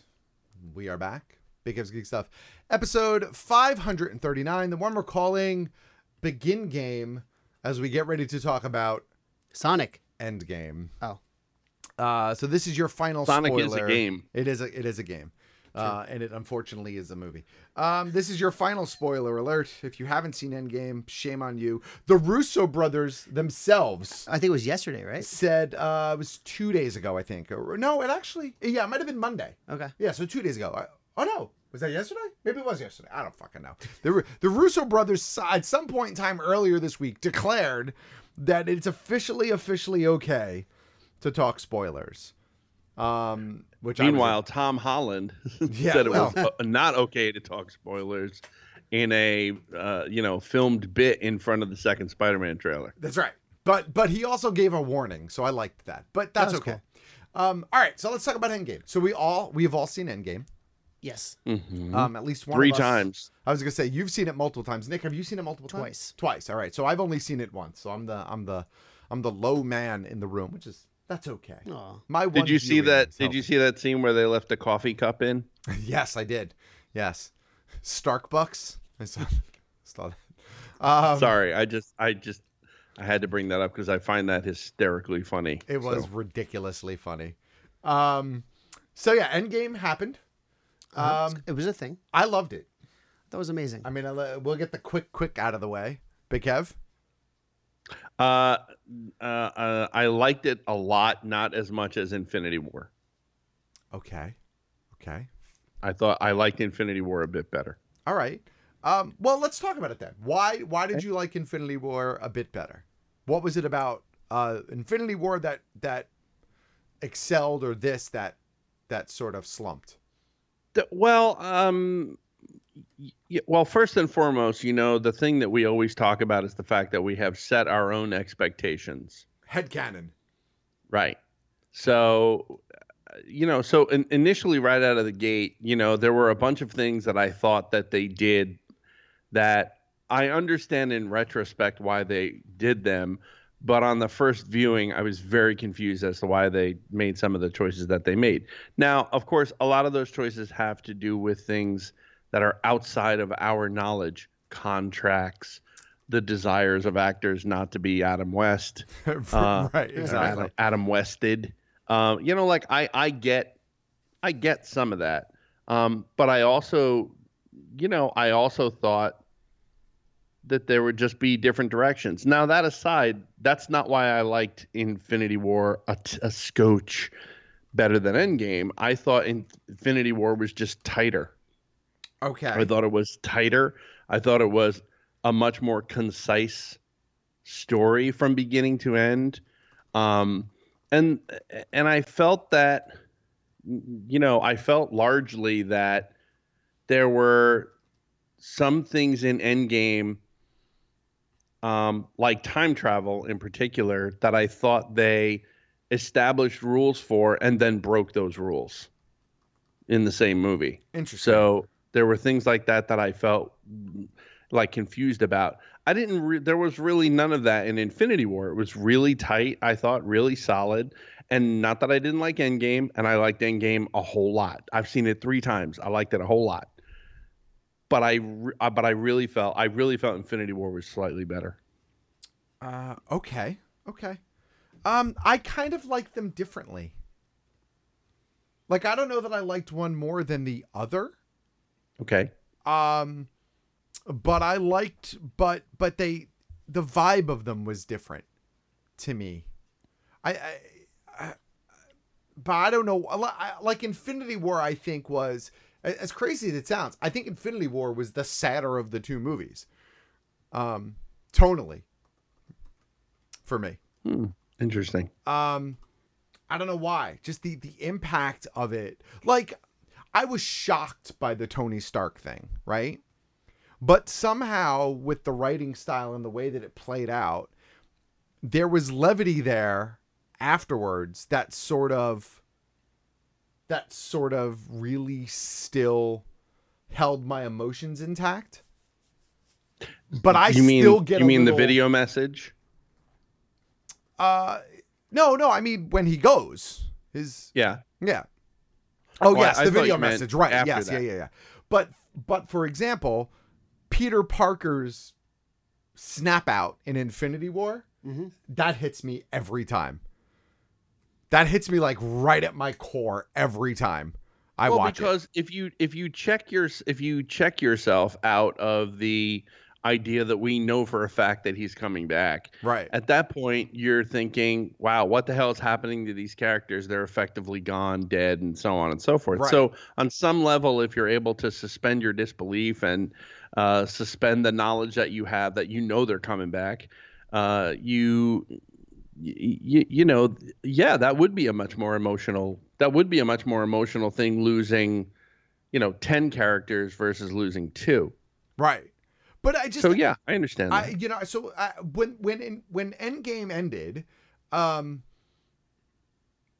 we are back. Big Ev's Geek Stuff. Episode 539, the one we're calling Begin Game as we get ready to talk about Sonic Endgame. Oh. Uh, so this is your final Sonic spoiler. is a game. It is a it is a game. Uh, and it unfortunately is a movie. Um, this is your final spoiler alert. If you haven't seen Endgame, shame on you. The Russo brothers themselves, I think it was yesterday, right? Said uh, it was two days ago, I think. Or, no, it actually, yeah, it might have been Monday. Okay. Yeah, so two days ago. I, oh no, was that yesterday? Maybe it was yesterday. I don't fucking know. The Ru- the Russo brothers si- at some point in time earlier this week declared that it's officially officially okay to talk spoilers. Um, which I was- Meanwhile, Tom Holland [LAUGHS] Yeah, said it was well. uh, not okay to talk spoilers in a uh, you know filmed bit in front of the second Spider-Man trailer. That's right. But but he also gave a warning, so I liked that. But that's That was okay. Um, all right, so let's talk about Endgame. So we all we have all seen Endgame. Yes. Hmm. Mhm. Um, at least one Three of us- times. I was gonna say you've seen it multiple times. Nick, have you seen it multiple times? Twice. Twice. All right. So I've only seen it once. So I'm the I'm the I'm the low man in the room, which is that's okay. My one Did you see viewing that? is [LAUGHS] Did you see that scene where they left the coffee cup in? yes, I did. Yes, Stark Bucks. I saw, [LAUGHS] saw that. Um, Sorry, I just, I just, I had to bring that up because I find that hysterically funny. It was So, ridiculously funny. Um, so yeah, Endgame happened. Uh-huh. Um, it was a thing. I loved it. That was amazing. I mean, I, lo- we'll get the quick, quick out of the way. Big Kev. uh, uh, uh, I liked it a lot, not as much as Infinity War. Okay. Okay. I thought I liked Infinity War a bit better. All right. Um, well, let's talk about it then. Why why did you like Infinity War a bit better? What was it about uh, Infinity War that that excelled or this that that sort of slumped? Th- Well, um, y- y- well, first and foremost, you know, the thing that we always talk about is the fact that we have set our own expectations. Headcanon. [LAUGHS] Right. So, uh, you know, so in, initially, right out of the gate, you know, there were a bunch of things that I thought that they did that I understand in retrospect why they did them. But on the first viewing, I was very confused as to why they made some of the choices that they made. Now, of course, a lot of those choices have to do with things that are outside of our knowledge contracts, the desires of actors not to be Adam West. [LAUGHS] Uh, Right, or exactly. Adam, Adam Wested. Um, you know, like I, I get, I get some of that. Um, but I also, you know, I also thought that there would just be different directions. Now that aside, that's not why I liked Infinity War a, t- a scotch better than Endgame. I thought In- Infinity War was just tighter. Okay. I thought it was tighter. I thought it was a much more concise story from beginning to end. Um, and and I felt that you know, I felt largely that there were some things in Endgame um, like time travel in particular that I thought they established rules for and then broke those rules in the same movie. Interesting. So there were things like that that I felt mm, like confused about. I didn't. Re- there was really none of that in Infinity War. It was really tight. I thought really solid. And not that I didn't like Endgame, and I liked Endgame a whole lot. I've seen it three times. I liked it a whole lot. But I, re- uh, but I really felt, I really felt Infinity War was slightly better. Uh, okay. Okay. Um, I kind of like them differently. Like I don't know that I liked one more than the other. Okay. um but i liked but but they the vibe of them was different to me i i, I but i don't know I- I- like infinity war i think was a- as crazy as it sounds i think infinity war was the sadder of the two movies um tonally for me Hmm. Interesting. um i don't know why just the the impact of it like i was shocked by the tony stark thing right but somehow with the writing style and the way that it played out there was levity there afterwards that sort of that sort of really still held my emotions intact but i you mean, still get you a mean little- the video message? uh no no i mean when he goes his Yeah. Yeah. Oh Well, yes, I the thought you video meant message, right? after Yes, that. yeah, yeah, yeah. But but for example, Peter Parker's snap out in Infinity War Mm-hmm. that hits me every time. That hits me like right at my core every time I well, watch it. because if you if you check your if you check yourself out of the idea that we know for a fact that he's coming back, Right. At that point, you're thinking, "Wow, what the hell is happening to these characters? They're effectively gone, dead, and so on and so forth." Right. So, on some level, if you're able to suspend your disbelief and uh, suspend the knowledge that you have that you know they're coming back, uh, you you, you know, yeah, that would be a much more emotional. That would be a much more emotional thing losing, you know, ten characters versus losing two. Right. But I just so yeah, I understand. That. I, you know, so uh, I, when when in, when Endgame ended, um,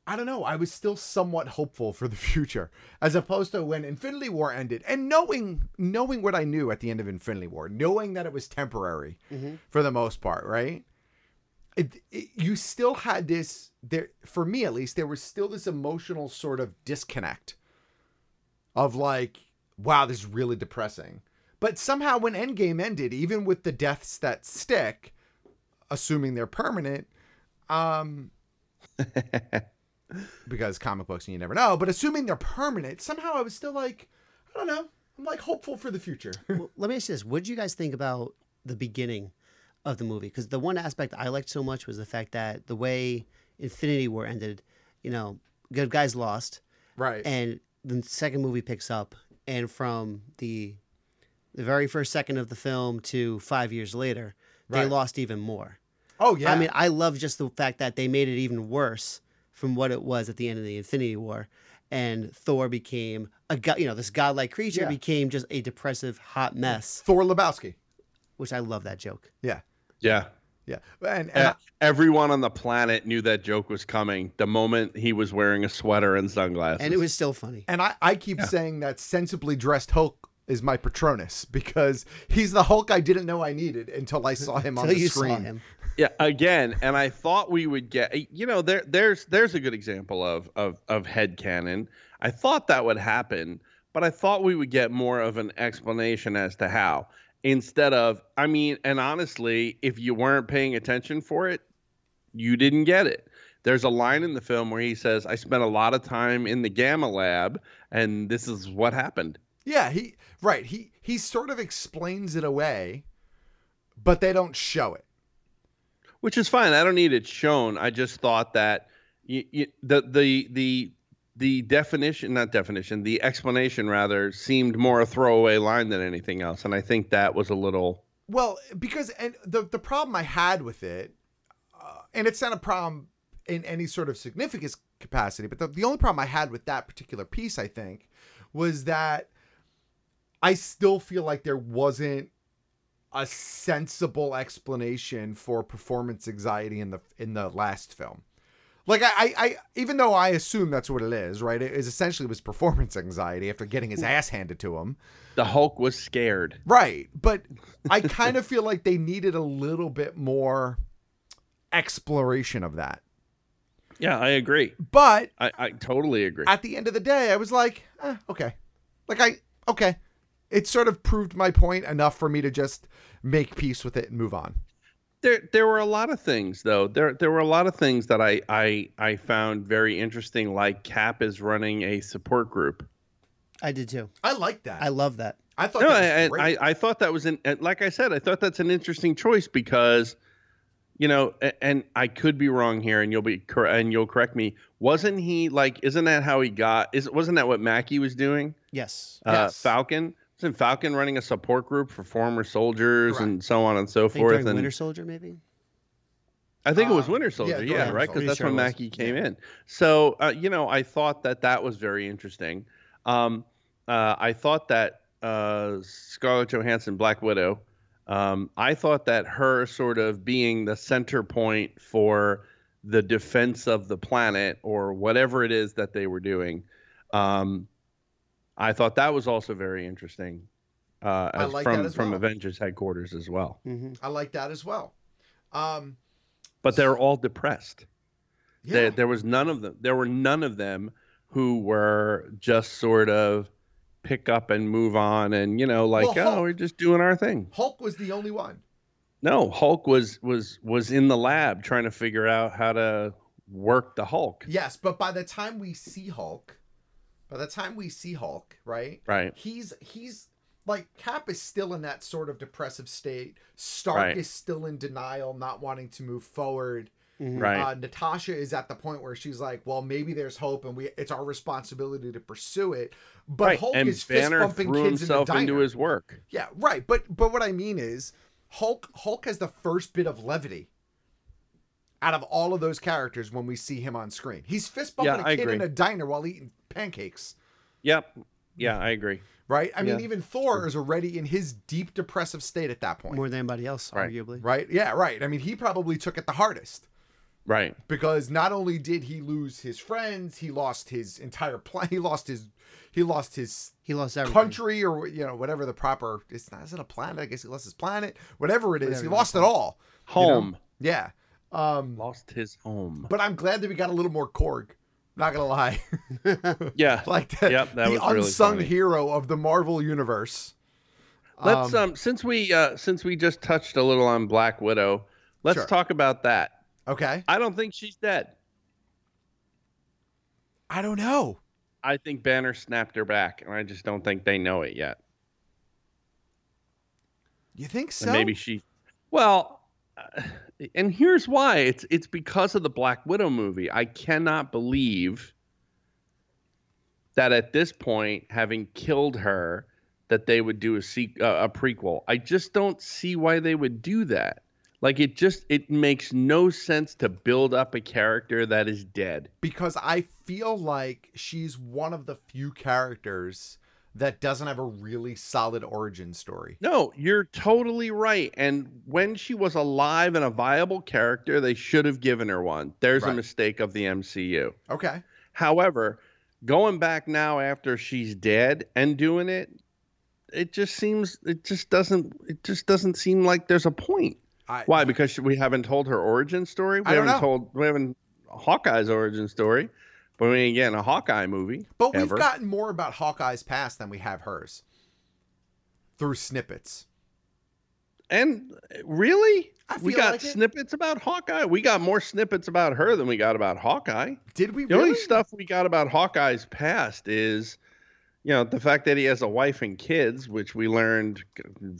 I don't know. I was still somewhat hopeful for the [LAUGHS] future, as opposed to when Infinity War ended, and knowing knowing what I knew at the end of Infinity War, knowing that it was temporary Mm-hmm. Mhm. for the most part, right? It, it, you still had this there for me at least. There was still this emotional sort of disconnect of like, wow, this is really depressing. But somehow, when Endgame ended, even with the deaths that stick, assuming they're permanent, um, because comic books and you never know, but assuming they're permanent, somehow I was still like, I don't know, I'm like hopeful for the future. [LAUGHS] well, let me ask you this: What did you guys think about the beginning of the movie? Because the one aspect I liked so much was the fact that the way Infinity War ended, you know, good guys lost, right? And the second movie picks up, and from the the very first second of the film to five years later, they Right. lost even more. Oh, yeah. I mean, I love just the fact that they made it even worse from what it was at the end of the Infinity War, and Thor became a god. You know, this godlike creature Yeah. became just a depressive hot mess. Thor Lebowski, which I love that joke. Yeah, Yeah. Yeah. And, E- everyone on the planet knew that joke was coming the moment he was wearing a sweater and sunglasses. and it was still [LAUGHS] funny. And I, I keep saying that sensibly dressed Hulk is my Patronus [LAUGHS] because he's the Hulk I didn't know I needed until I saw him on the screen. Yeah, again, and I thought we would get you know, there there's there's a good example of of of headcanon. I thought that would happen, but I thought we would get more of an explanation as to how. Instead of I mean, and honestly, if you weren't paying attention for it, you didn't get it. There's a line in the film where he says, I spent a lot of time in the gamma lab and this is what happened. Yeah, he right. He he sort of explains it away, but they don't show it. which is fine. I don't need it shown. I just thought that y y the the the the definition, not definition, the explanation rather seemed more a throwaway line than anything else, and I think that was a little. Well, because and the the problem I had with it, uh, and it's not a problem in any sort of significance capacity, but the, the only problem I had with that particular piece, I think, was that I still feel like there wasn't a sensible explanation for performance anxiety in the in the last film. Like I, I, I even though I assume that's what it is, right? It is essentially was performance anxiety after getting his ass handed to him. The Hulk was scared. Right. But [LAUGHS] I kind of feel like they needed a little bit more exploration of that. Yeah, I agree. But I, I totally agree. At the end of the day, I was like, eh, okay. Like I okay. It sort of proved my point enough for me to just make peace with it and move on. there there were a lot of things though. There there were a lot of things that I I I found very interesting. Like Cap is running a support group. I did too. I like that. I love that. I no, I- I, I, I thought that was an and like I said, I thought that's an interesting choice because, you know, a- and I could be wrong here, and you'll be cor- and you'll correct me. Wasn't he like? Isn't that how he got? Is wasn't that what Mackey was doing? Yes. Uh, Falcon wasn't Falcon running a support group for former soldiers and so on and so I think forth. during And Winter Soldier, maybe. I think it was Um, Winter yeah, Soldier, during yeah, Winter right? Because Soldier. that's Sure when was. Mackey came in. So uh, you know, I thought that that was very interesting. Um, uh, I thought that uh, Scarlett Johansson, Black Widow, um, I thought that her sort of being the center point for the defense of the planet or whatever it is that they were doing, um, I thought that was also very interesting. Uh, I as- like from that as from well. Avengers headquarters as well, I like that as well. Um but they're all depressed. yeah. There, there was none of them. There were none of them who were just sort of pick up and move on, and you know, like, Well, oh, we're just doing our thing. Hulk was the only one. No, Hulk was was was in the lab trying to figure out how to work the Hulk. Yes, but by the time we see Hulk, by the time we see Hulk, right? Right. He's he's like Cap is still in that sort of depressive state. Stark Right. is still in denial, not wanting to move forward. Mhm. Right. Uh, Natasha is at the point where she's like, "Well, maybe there's hope, and we it's our responsibility to pursue it." But right. Hulk and is fist Banner bumping threw kids in the himself diner. into his work. Yeah, right. But but what I mean is Hulk Hulk has the first bit of levity out of all of those characters when we see him on screen. He's fist bumping Yeah, a I kid in agree. a diner while eating pancakes. Yep. Yeah, I agree. Right? I mean, Yeah. even Thor is already in his deep depressive state at that point. More than anybody else, arguably. Right? Yeah, right. I mean, he probably took it the hardest. Right. Because not only did he lose his friends, he lost his entire plan. [LAUGHS] He lost his, he lost his, he lost everything. country or you know whatever the proper. It's not. Is it a planet? I guess he lost his planet. Whatever it is, whatever he lost it all. Home. You know? Yeah. Um, lost his home. But I'm glad that we got a little more Korg. Not gonna lie. [LAUGHS] yeah. like the, yep, the unsung really hero of the Marvel universe. Let's um, um, since we uh since we just touched a little on Black Widow, let's sure. talk about that. Okay. I don't think she's dead. I don't know. I think Banner snapped her back, and I just don't think they know it yet. You think so? And maybe she. Well, uh, and here's why: it's it's because of the Black Widow movie. I cannot believe that at this point, having killed her, that they would do a sequ- uh, a prequel. I just don't see why they would do that. Like it just it makes no sense to build up a character that is dead. Because I feel like she's one of the few characters that doesn't have a really solid origin story. No, you're totally right. And when she was alive and a viable character, they should have given her one. There's right. a mistake of the MCU. Okay. However, going back now after she's dead and doing it, it just seems it just doesn't it just doesn't seem like there's a point. I, Why? Because we haven't told her origin story. We I haven't know. told we haven't Hawkeye's origin story. But we ain't getting a Hawkeye movie. But ever. we've gotten more about Hawkeye's past than we have hers through snippets. And really, we got like snippets about Hawkeye. We got more snippets about her than we got about Hawkeye. Did we? The really? only stuff we got about Hawkeye's past is you know the fact that he has a wife and kids which we learned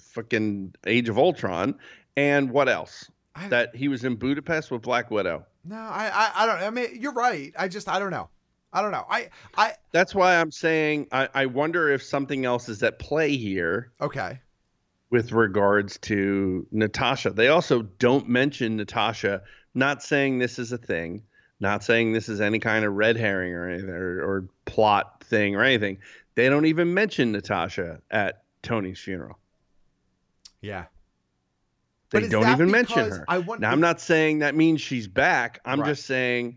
fucking age of ultron and what else I, that he was in budapest with black widow no I, I, I don't i mean you're right i just i don't know i don't know i i that's why i'm saying i i wonder if something else is at play here okay with regards to natasha they also don't mention natasha not saying this is a thing not saying this is any kind of red herring or anything or, or plot thing or anything they don't even mention Natasha at Tony's funeral. Yeah. They don't even mention her. I want, now, I'm not saying that means she's back. I'm right. just saying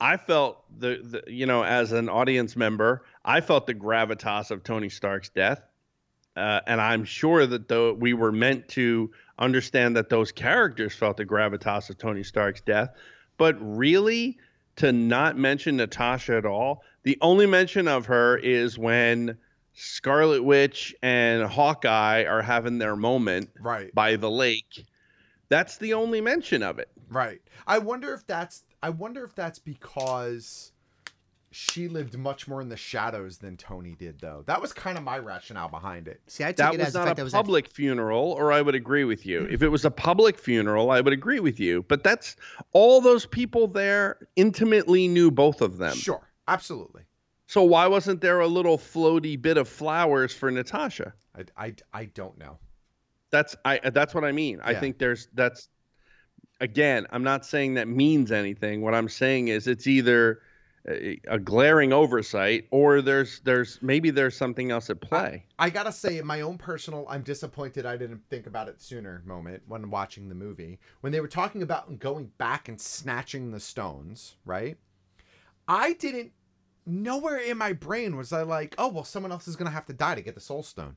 I felt the, the, you know, as an audience member, I felt the gravitas of Tony Stark's death. Uh, and I'm sure that though we were meant to understand that those characters felt the gravitas of Tony Stark's death, but really to not mention Natasha at all, the only mention of her is when Scarlet Witch and Hawkeye are having their moment right. by the lake. That's the only mention of it. Right. I wonder if that's I wonder if that's because she lived much more in the shadows than Tony did though. That was kind of my rationale behind it. See, I took that it was as not the fact a that was public actually- funeral or I would agree with you. if it was a public funeral, I would agree with you, but that's all those people there intimately knew both of them. Sure. Absolutely. So why wasn't there a little floaty bit of flowers for Natasha? I, I, I don't know. That's I that's what I mean. Yeah. I think there's that's again, I'm not saying that means anything. What I'm saying is it's either a, a glaring oversight or there's there's maybe there's something else at play. I, I got to say in my own personal I'm disappointed I didn't think about it sooner moment when watching the movie when they were talking about going back and snatching the stones, right? I didn't nowhere in my brain was I like, oh well, someone else is gonna have to die to get the soul stone.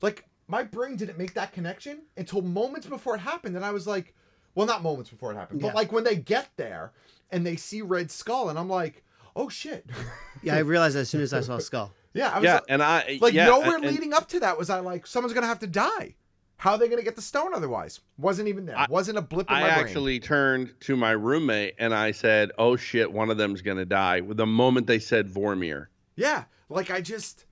Like my brain didn't make that connection until moments before it happened, and I was like, well, not moments before it happened, yeah. but like when they get there and they see Red Skull, and I'm like, oh shit. [LAUGHS] yeah, I realized as soon as I saw Skull. yeah, I yeah, like, and I like yeah, nowhere and, leading up to that was I like someone's gonna have to die. How are they going to get the stone otherwise? Wasn't even there. I, Wasn't a blip in I my brain. I actually turned to my roommate and I said, "Oh shit, one of them's going to die." With the moment they said Vormir. Yeah, like I just,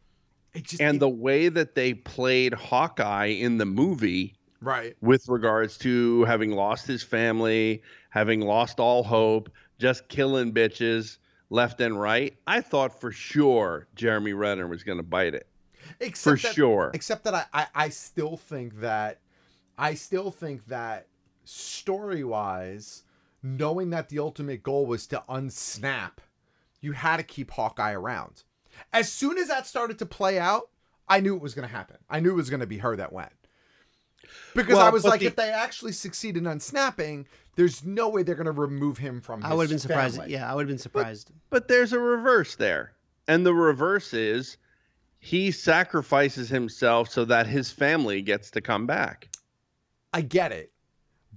it just. And it, the way that they played Hawkeye in the movie, right, with regards to having lost his family, having lost all hope, just killing bitches left and right. I thought for sure Jeremy Renner was going to bite it. Except for that, sure. Except that I, I, I still think that I still think that story wise, knowing that the ultimate goal was to unsnap, you had to keep Hawkeye around. As soon as that started to play out, I knew it was gonna happen. I knew it was gonna be her that went. Because Well, I was but like, the- if they actually succeed in unsnapping, there's no way they're going to remove him from. I his would have been surprised. family. Yeah, I would have been surprised. But there's a reverse there. And the reverse is he sacrifices himself so that his family gets to come back. I get it,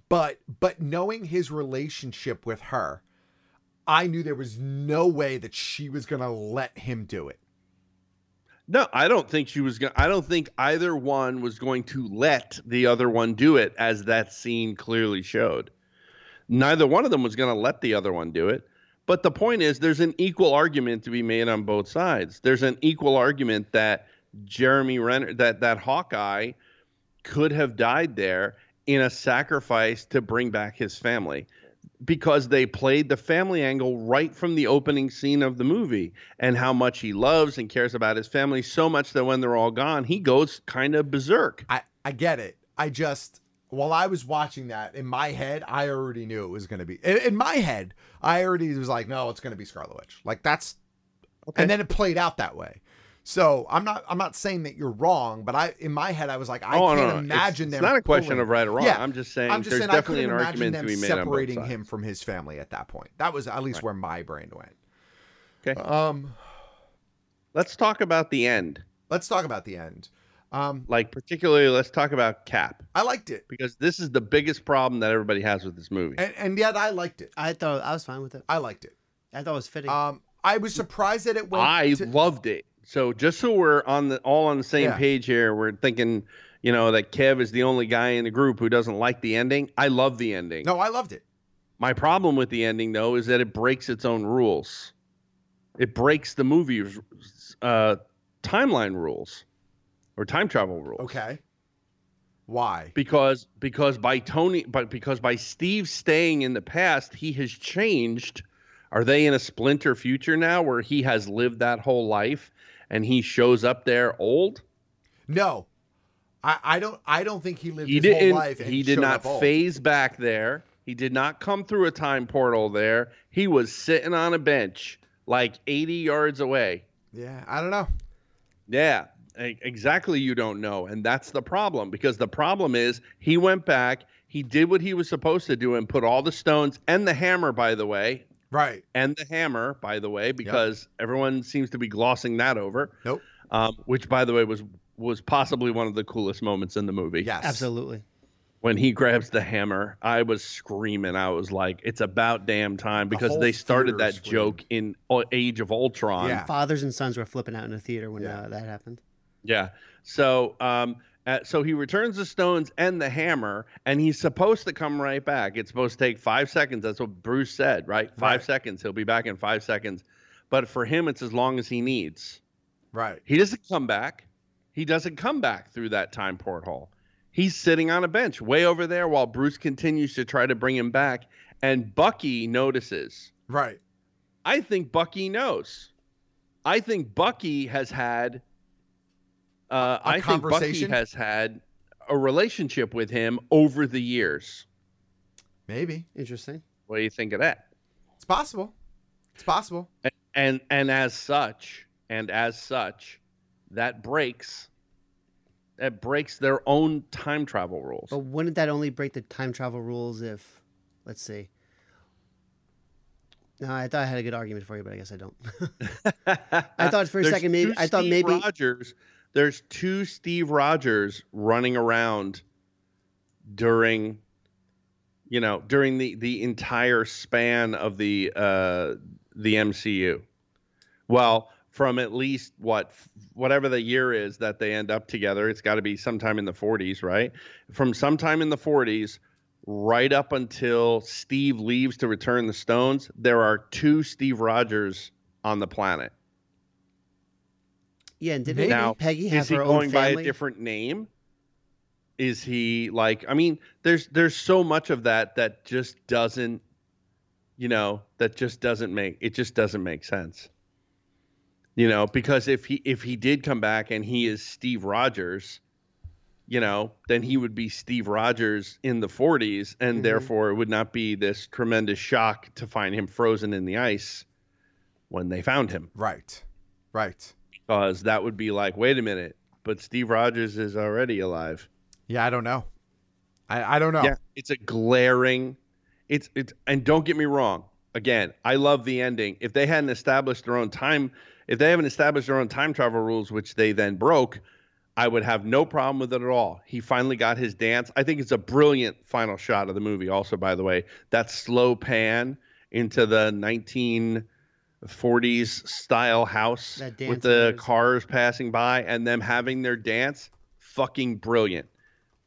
but but knowing his relationship with her, I knew there was no way that she was going to let him do it. No, I don't think she was going to I don't think either one was going to let the other one do it as that scene clearly showed. Neither one of them was going to let the other one do it. But the point is there's an equal argument to be made on both sides. There's an equal argument that Jeremy Renner that that Hawkeye could have died there in a sacrifice to bring back his family because they played the family angle right from the opening scene of the movie and how much he loves and cares about his family so much that when they're all gone he goes kind of berserk I I get it. I just while I was watching that in my head, I already knew it was going to be in, in my head. I already was like, no, it's going to be Scarlet Witch. Like that's, and then it played out that way. So I'm not I'm not saying that you're wrong, but I in my head I was like, I Oh, no, can't no, it's- imagine it's them. not a question pulling- of right or wrong. I'm just saying I'm just there's saying I couldn't definitely an imagine argument them to be made on both separating sides. him from his family at that point. That was at least Right. where my brain went. okay um let's talk about the end let's talk about the end um like particularly let's talk about cap i liked it because this is the biggest problem that everybody has with this movie And, and yet I liked it. I thought I was fine with it. I liked it. I thought it was fitting. Um, I was surprised that it went. I to- loved it. So just so we're on the all on the same Yeah. page here, we're thinking, you know, that Kev is the only guy in the group who doesn't like the ending. I love the ending. No, I loved it. My problem with the ending though is that it breaks its own rules. It breaks the movie's uh, timeline rules or time travel rules Okay. Why? because because by Tony but because by Steve staying in the past, he has changed. Are they in a splinter future now where he has lived that whole life and he shows up there old? No, I, I don't. I don't think he lived He his didn't whole life. And he did showed not up old. phase back there. He did not come through a time portal there. He was sitting on a bench like 80 yards away. Yeah, I don't know. Yeah, e- exactly. You don't know. And that's the problem because the problem is he went back, he did what he was supposed to do and put all the stones and the hammer, by the way. Right. And the hammer, by the way, because everyone seems to be glossing that over. Nope. Um, which, by the way, was was possibly one of the coolest moments in the movie. Yes. Absolutely. When he grabs the hammer, I was screaming. I was like, it's about damn time because whole they started theater that joke in uh, Age of Ultron. Fathers and sons were flipping out in the theater when uh, that happened. Yeah. So, um, uh, so he returns the stones and the hammer, and he's supposed to come right back. It's supposed to take five seconds. That's what Bruce said, right? Five seconds. He'll be back in five seconds. But for him, it's as long as he needs. Right. He doesn't come back. He doesn't come back through that time porthole. He's sitting on a bench way over there while Bruce continues to try to bring him back, and Bucky notices. Right. I think Bucky knows. I think Bucky has had. Uh, I think Bucky conversation? has had a relationship with him over the years. Maybe interesting. What do you think of that? It's possible. It's possible. And and, and as such, and as such, that breaks. That breaks their own time travel rules. But wouldn't that only break the time travel rules if, let's see. No, I thought I had a good argument for you, but I guess I don't. [LAUGHS] I thought for a There's second maybe two I thought Steve maybe Rogers. There's two Steve Rogers running around during, you know, during the the entire span of the uh the MCU. Well, from at least what whatever the year is that they end up together, it's got to be sometime in the 40s, right? From sometime in the 40s right up until Steve leaves to return the stones, there are two Steve Rogers on the planet. yeah, and didn't Now, Peggy is have he her going own by family? a different name? Is he like? I mean, there's there's so much of that that just doesn't, you know, that just doesn't make it just doesn't make sense. You know, because if he if he did come back and he is Steve Rogers, you know, then he would be Steve Rogers in the 40s, and Mm-hmm. therefore it would not be this tremendous shock to find him frozen in the ice when they found him. Right. Right. Because that would be like, wait a minute, but Steve Rogers is already alive. Yeah, I don't know. I, I don't know. Yeah, it's a glaring. It's it's and don't get me wrong. Again, I love the ending. If they hadn't established their own time, if they haven't established their own time travel rules, which they then broke, I would have no problem with it at all. He finally got his dance. I think it's a brilliant final shot of the movie. Also, by the way, that slow pan into the 1940s style house with the is- cars passing by and them having their dance. Fucking brilliant,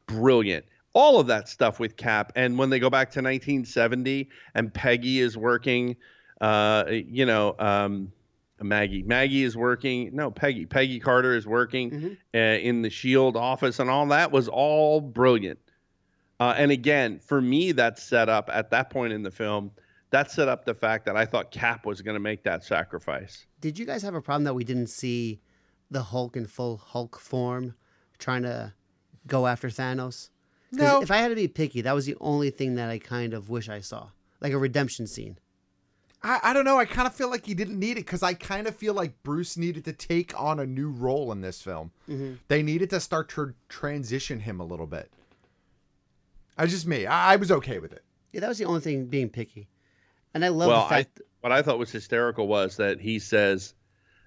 brilliant. All of that stuff with Cap, and when they go back to 1970 and Peggy is working, uh, you know. Um, Maggie. Maggie is working. No, Peggy. Peggy Carter is working Mm-hmm. uh, in the Shield office, and all that was all brilliant. Uh, and again, for me, that set up at that point in the film, that set up the fact that I thought Cap was going to make that sacrifice. Did you guys have a problem that we didn't see the Hulk in full Hulk form trying to go after Thanos? 'Cause No. If I had to be picky, that was the only thing that I kind of wish I saw, like a redemption scene. I, I don't know. I kind of feel like he didn't need it because I kind of feel like Bruce needed to take on a new role in this film. Mm-hmm. Mhm. They needed to start to transition him a little bit. I just me. I, I was okay with it. Yeah, that was the only thing being picky. And I love well, the fact. I, what I thought was hysterical was that he says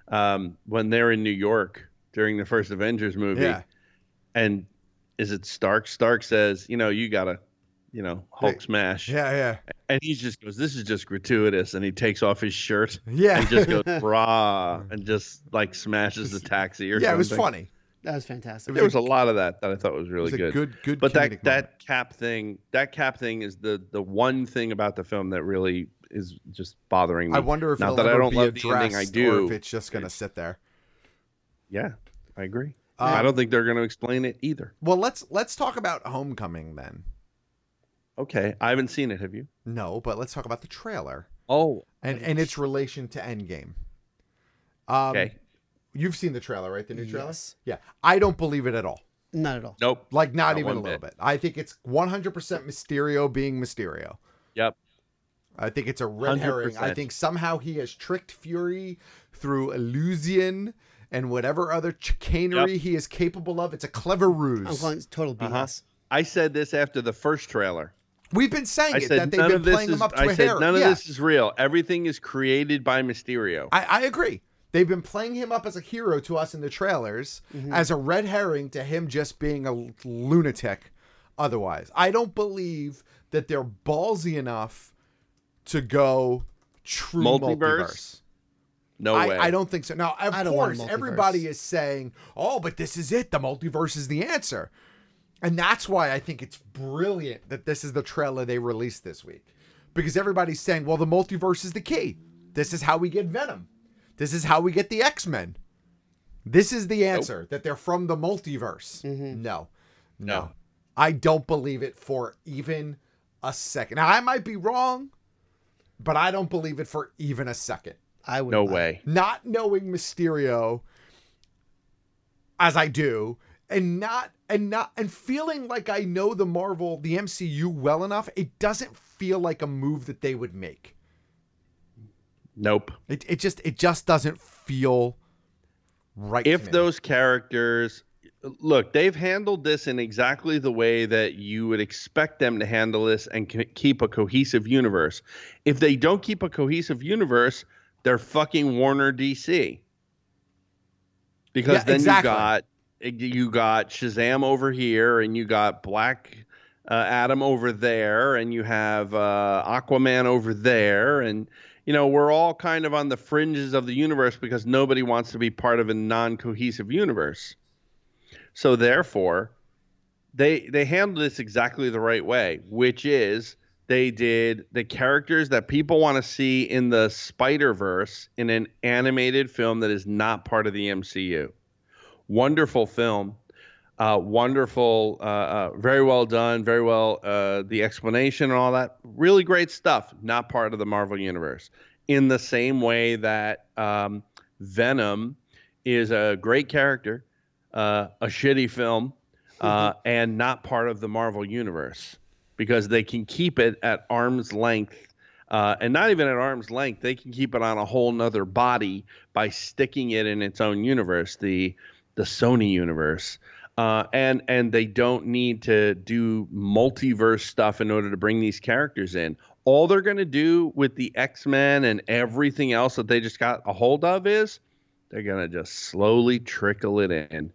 um, when they're in New York during the first Avengers movie, Yeah. and is it Stark? Stark says, you know, you gotta, you know, Hulk smash. Yeah, yeah. And he just goes, "This is just gratuitous," and he takes off his shirt. Yeah. and just goes [LAUGHS] rah, and just like smashes the taxi or Yeah, it was something. funny. that was fantastic. There was a lot of that that I thought was really was a good. good- good But that comedic that cap thing, that cap thing is the the one thing about the film that really is just bothering me. I wonder if not it'll that I ever don't be love the ending. I addressed do. or if it's just gonna sit there. Yeah, I agree. Um, I don't think they're going to explain it either. Well, let's let's talk about Homecoming then. Okay, I haven't seen it. Have you? No, but let's talk about the trailer. Oh, and and its relation to Endgame. Um, Okay. You've seen the trailer, right? The new trailer. Yes. Yeah, I don't believe it at all. Not at all. Nope. Like not, Not even a one little bit. bit. I think it's 100% Mysterio being Mysterio. Yep. I think it's a red herring. I 100%. think somehow he has tricked Fury through illusion and whatever other chicanery Yep. he is capable of. It's a clever ruse. I'm calling it total BS. Uh-huh. I said this after the first trailer. We've been saying I it said that they've none been of this playing is. him up to a I said hair. none of Yeah. this is real. Everything is created by Mysterio. I, I agree. They've been playing him up as a hero to us in the trailers, as a red herring to him just being a l- lunatic. Otherwise, I don't believe that they're ballsy enough to go true multiverse. Multiverse? no I, way. I don't think so. Now, of I don't want course, multiverse. everybody is saying, "Oh, but this is it. The multiverse is the answer," and that's why I think it's brilliant that this is the trailer they released this week, because everybody's saying, "Well, the multiverse is the key. This is how we get Venom. This is how we get the X Men. This is the answer that they're from the multiverse." Mm-hmm. No, no, I don't believe it for even a second. Now, I might be wrong, but I don't believe it for even a second I would No not. way. not knowing Mysterio as I do and not and not and feeling like I know the Marvel the MCU well enough it doesn't feel like a move that they would make Nope. it it just it just doesn't feel right to if me. those characters look they've handled this in exactly the way that you would expect them to handle this and c- keep a cohesive universe if they don't keep a cohesive universe they're fucking warner dc because Yeah, then exactly. you got you got shazam over here and you got black uh, adam over there and you have uh, aquaman over there and you know, we're all kind of on the fringes of the universe because nobody wants to be part of a non-cohesive universe. So therefore, they they handled this exactly the right way, which is they did the characters that people want to see in the Spider-Verse in an animated film that is not part of the MCU. Wonderful film. Uh, wonderful, uh, uh, very well done, very well. Uh, the explanation and all that, really great stuff. Not part of the Marvel universe. In the same way that um, Venom is a great character, uh, a shitty film, uh, and not part of the Marvel universe because they can keep it at arm's length. Uh, and not even at arm's length, they can keep it on a whole nother body by sticking it in its own universe, the the Sony universe. Uh, and and they don't need to do multiverse stuff in order to bring these characters in. All they're going to do with the X Men and everything else that they just got a hold of is they're going to just slowly trickle it in,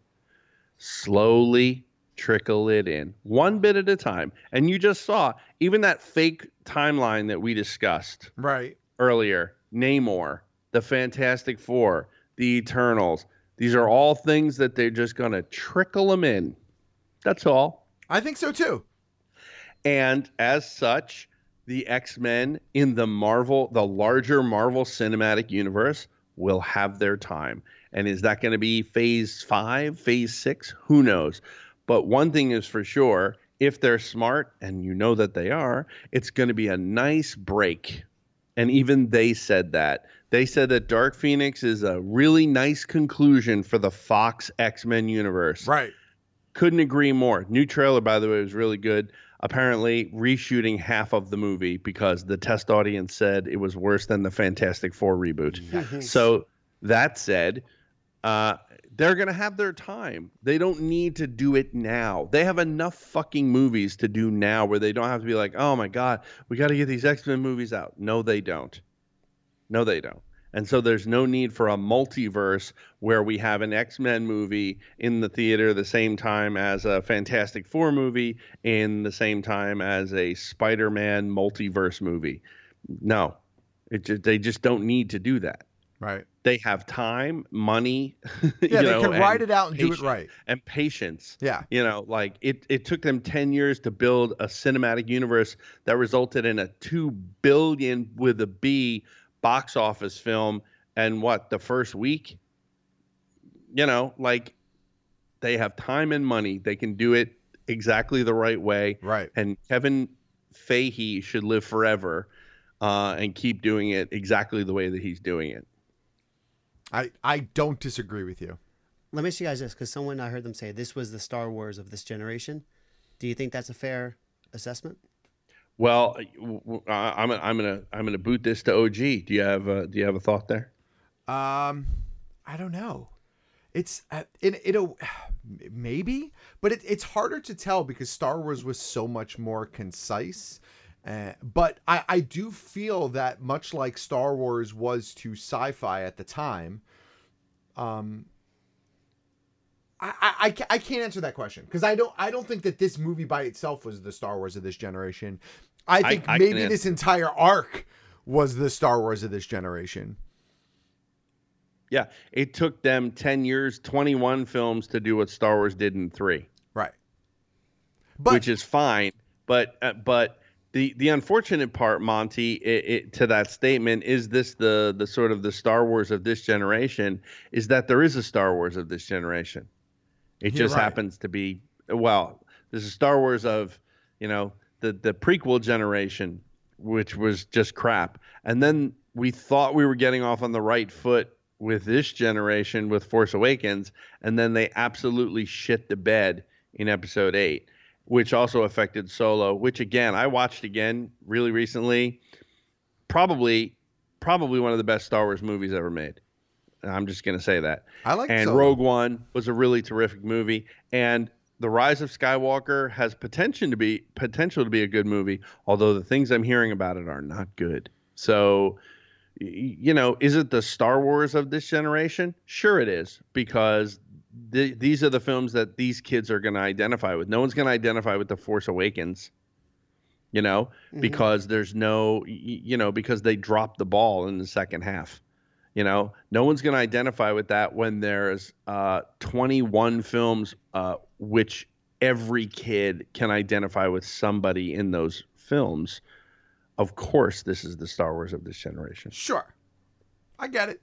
slowly trickle it in, one bit at a time. And you just saw even that fake timeline that we discussed right earlier. Namor, the Fantastic Four, the Eternals. These are all things that they're just going to trickle them in. That's all. I think so too. And as such, the X Men in the Marvel, the larger Marvel cinematic universe, will have their time. And is that going to be phase five, phase six? Who knows? But one thing is for sure if they're smart, and you know that they are, it's going to be a nice break. And even they said that. They said that Dark Phoenix is a really nice conclusion for the Fox X Men universe. Right. Couldn't agree more. New trailer, by the way, was really good. Apparently, reshooting half of the movie because the test audience said it was worse than the Fantastic Four reboot. Yes. So, that said, uh, they're going to have their time. They don't need to do it now. They have enough fucking movies to do now where they don't have to be like, oh my God, we got to get these X Men movies out. No, they don't. No, they don't. And so there's no need for a multiverse where we have an X Men movie in the theater the same time as a Fantastic Four movie, in the same time as a Spider Man multiverse movie. No, it just, they just don't need to do that. Right they have time, money. [LAUGHS] Yeah, they know, can ride it out and patience, do it right. And patience. Yeah. You know, like it, it took them 10 years to build a cinematic universe that resulted in a 2 billion with a B box office film. And what, the first week? You know, like they have time and money. They can do it exactly the right way. Right. And Kevin Fahey should live forever uh, and keep doing it exactly the way that he's doing it. I, I don't disagree with you. Let me ask you guys this, because someone I heard them say this was the Star Wars of this generation. Do you think that's a fair assessment? Well, uh, I'm I'm gonna I'm gonna boot this to OG. Do you have a, do you have a thought there? Um, I don't know. It's uh, it it'll [SIGHS] maybe, but it, it's harder to tell because Star Wars was so much more concise. Uh, but I, I do feel that much like Star Wars was to sci-fi at the time, um, I, I, I can't answer that question because I don't I don't think that this movie by itself was the Star Wars of this generation. I think I, I maybe this entire arc was the Star Wars of this generation. Yeah, it took them ten years, twenty-one films to do what Star Wars did in three. Right. But, which is fine, but uh, but the the unfortunate part, Monty, it, it, to that statement is this the the sort of the Star Wars of this generation is that there is a Star Wars of this generation. It You're just right. happens to be well, there's a Star Wars of you know the the prequel generation, which was just crap, and then we thought we were getting off on the right foot with this generation with Force Awakens, and then they absolutely shit the bed in Episode Eight which also affected Solo, which again I watched again really recently. Probably, probably one of the best Star Wars movies ever made. I'm just gonna say that. I like and Solo. Rogue One was a really terrific movie, and The Rise of Skywalker has potential to be potential to be a good movie. Although the things I'm hearing about it are not good. So, you know, is it the Star Wars of this generation? Sure, it is because the, these are the films that these kids are going to identify with. No one's going to identify with The Force Awakens, you know, mm-hmm. because there's no, you know, because they dropped the ball in the second half. You know, no one's going to identify with that when there's uh, 21 films, uh, which every kid can identify with somebody in those films. Of course, this is the Star Wars of this generation. Sure. I get it.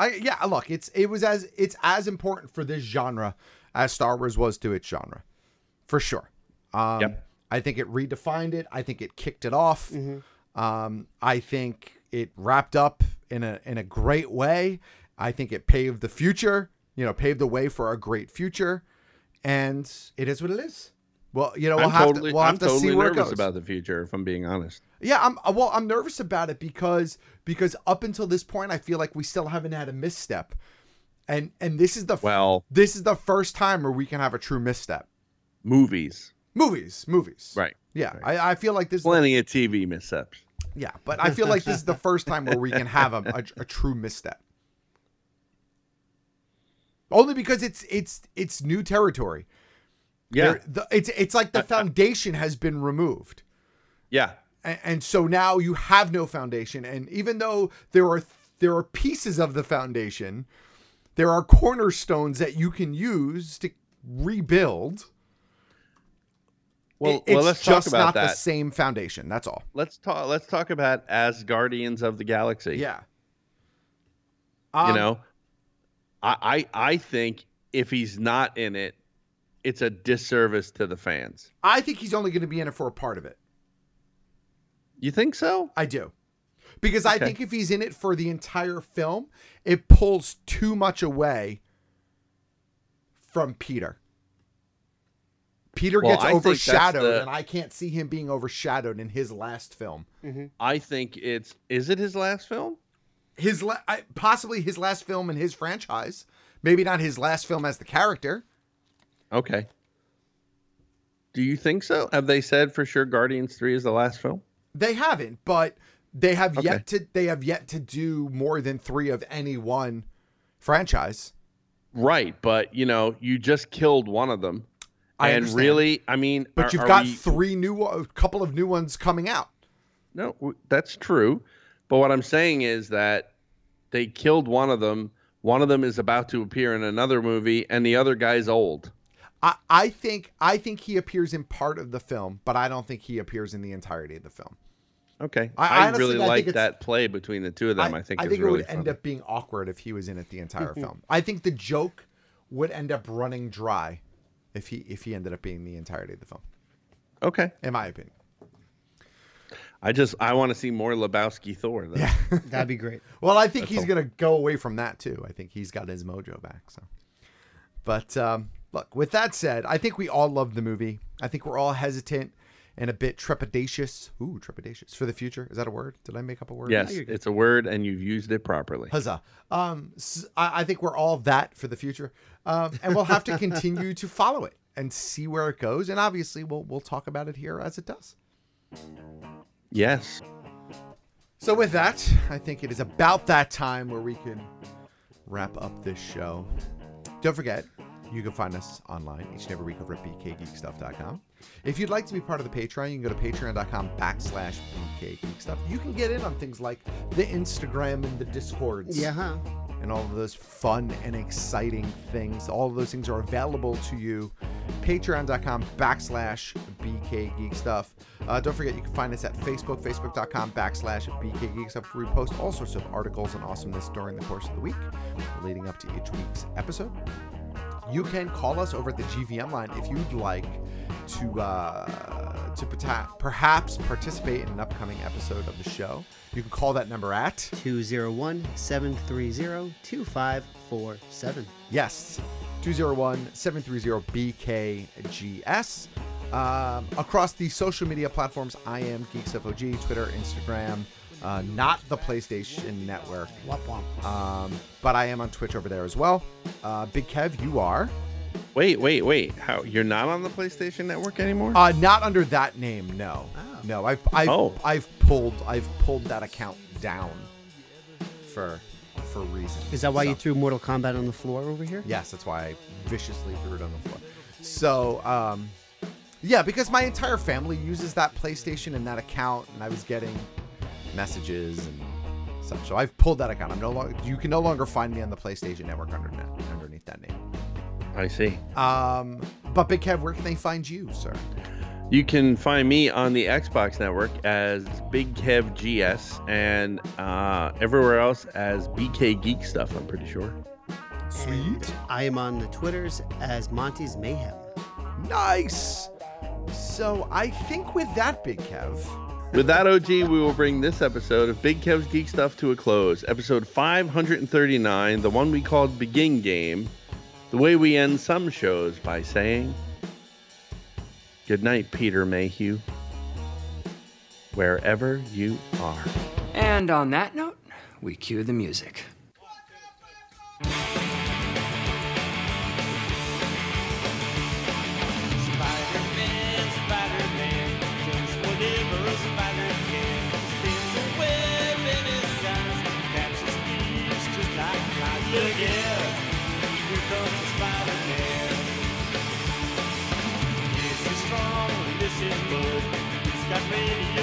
I yeah, look, it's it was as it's as important for this genre as Star Wars was to its genre, for sure. Um, yep. I think it redefined it. I think it kicked it off. Mm-hmm. Um, I think it wrapped up in a in a great way. I think it paved the future. You know, paved the way for a great future, and it is what it is. Well, you know, we'll I'm have totally, to, we'll have I'm to totally see where nervous it goes. about the future, if I'm being honest. Yeah, I'm uh, well, I'm nervous about it because because up until this point, I feel like we still haven't had a misstep, And and this is the f- well, this is the first time where we can have a true misstep. Movies, movies, movies. Right. Yeah, right. I, I feel like this. Plenty of TV missteps. Yeah, but I feel like this is the first time where we can have a, a, a true misstep. Only because it's it's it's new territory. Yeah, They're- the, it's it's like the foundation has been removed. Yeah. and, and so now you have no foundation and even though there are there are pieces of the foundation there are cornerstones that you can use to rebuild Well, It- it's well, let's talk just about not the that. same foundation that's all Let's talk. Let's talk about as Guardians of the Galaxy. yeah you Um, know, I, I I think if he's not in it, it's a disservice to the fans. i think he's only going to be in it for a part of it You think so? i do because i Okay. think if he's in it for the entire film it pulls too much away from peter peter Well, gets I think that's overshadowed the- and i can't see him being overshadowed in his last film I think it's is it his last film? his la- I- possibly his last film in his franchise. Maybe not his last film as the character. Okay. Do you think so? Have they said for sure Guardians 3 is the last film? They haven't, but they have Okay. yet to they have yet to do more than 3 of any one franchise. Right, but you know, you just killed one of them. I and understand. really, I mean, But are- you've are got we- three new a couple of new ones coming out. No, w- that's true. But what I'm saying is that they killed one of them. One of them is about to appear in another movie, and the other guy's old. I I think I think he appears in part of the film, but I don't think he appears in the entirety of the film. Okay, I- I, honestly, I really think like it's- that play between the two of them. I, think I is think really Mm-hmm. it would fun. end up being awkward if he was in it the entire film. I think the joke would end up running dry if he if he ended up being the entirety of the film. Okay, in my opinion. I just I want to see more Lebowski Thor. Though. Yeah, That'd be great. Well, I think That's he's all. gonna go away from that too. I think he's got his mojo back. So, but um, look. With that said, I think we all love the movie. I think we're all hesitant and a bit trepidatious. Ooh, trepidatious for the future. Is that a word? Did I make up a word? [LAUGHS] yes, it's a word, and you've used it properly. Huzzah. Um, s I I I think we're all that for the future. Um, and we'll have to continue to follow it and see where it goes. And obviously, we'll we'll talk about it here as it does. Yes. So with that, I think it is about that time where we can wrap up this show. Don't forget, you can find us online each and every week over at bkgeekstuff.com. If you'd like to be part of the Patreon, you can go to patreon.com backslash bkgeekstuff. You can get in on things like the Instagram and the Discords. Yeah, huh? And all of those fun and exciting things. All of those things are available to you. Patreon.com backslash bkgeekstuff. Uh, don't forget, you can find us at Facebook, facebook.com backslash bkgeekstuff. We post all sorts of articles and awesomeness during the course of the week leading up to each week's episode. You can call us over at the GVM line if you'd like to uh, to pata- perhaps participate in an upcoming episode of the show. You can call that number at 201 730 2547. Yes. 201-730-BKGS. Um, across the social media platforms, I am GeeksFOG, Twitter, Instagram, uh, not the PlayStation Network. Um, but I am on Twitch over there as well. Uh, Big Kev, you are Wait, wait, wait. How you're not on the PlayStation Network anymore? uh, not under that name. No, no, I've I've, Oh. I've pulled I've pulled that account down for for reasons. Is that why So- you threw Mortal Kombat on the floor over here? Yes, that's why I viciously threw it on the floor. So, um, yeah, because my entire family uses that PlayStation and that account, and I was getting messages and such. So I've pulled that account. I'm no longer. You can no longer find me on the PlayStation Network under, underneath that name. I see. Um, but Big Kev, where can they find you, sir? You can find me on the Xbox Network as Big Kev GS and uh, everywhere else as BK Geek Stuff. I'm pretty sure. Sweet. I am on the Twitters as Monty's Mayhem. Nice. So I think with that, Big Kev. With that, OG, we will bring this episode of Big Kev's Geek Stuff to a close. Episode 539, the one we called Begin Game, the way we end some shows by saying, Good night, Peter Mayhew, wherever you are. And on that note, we cue the music. This is strong, this is good. It's got many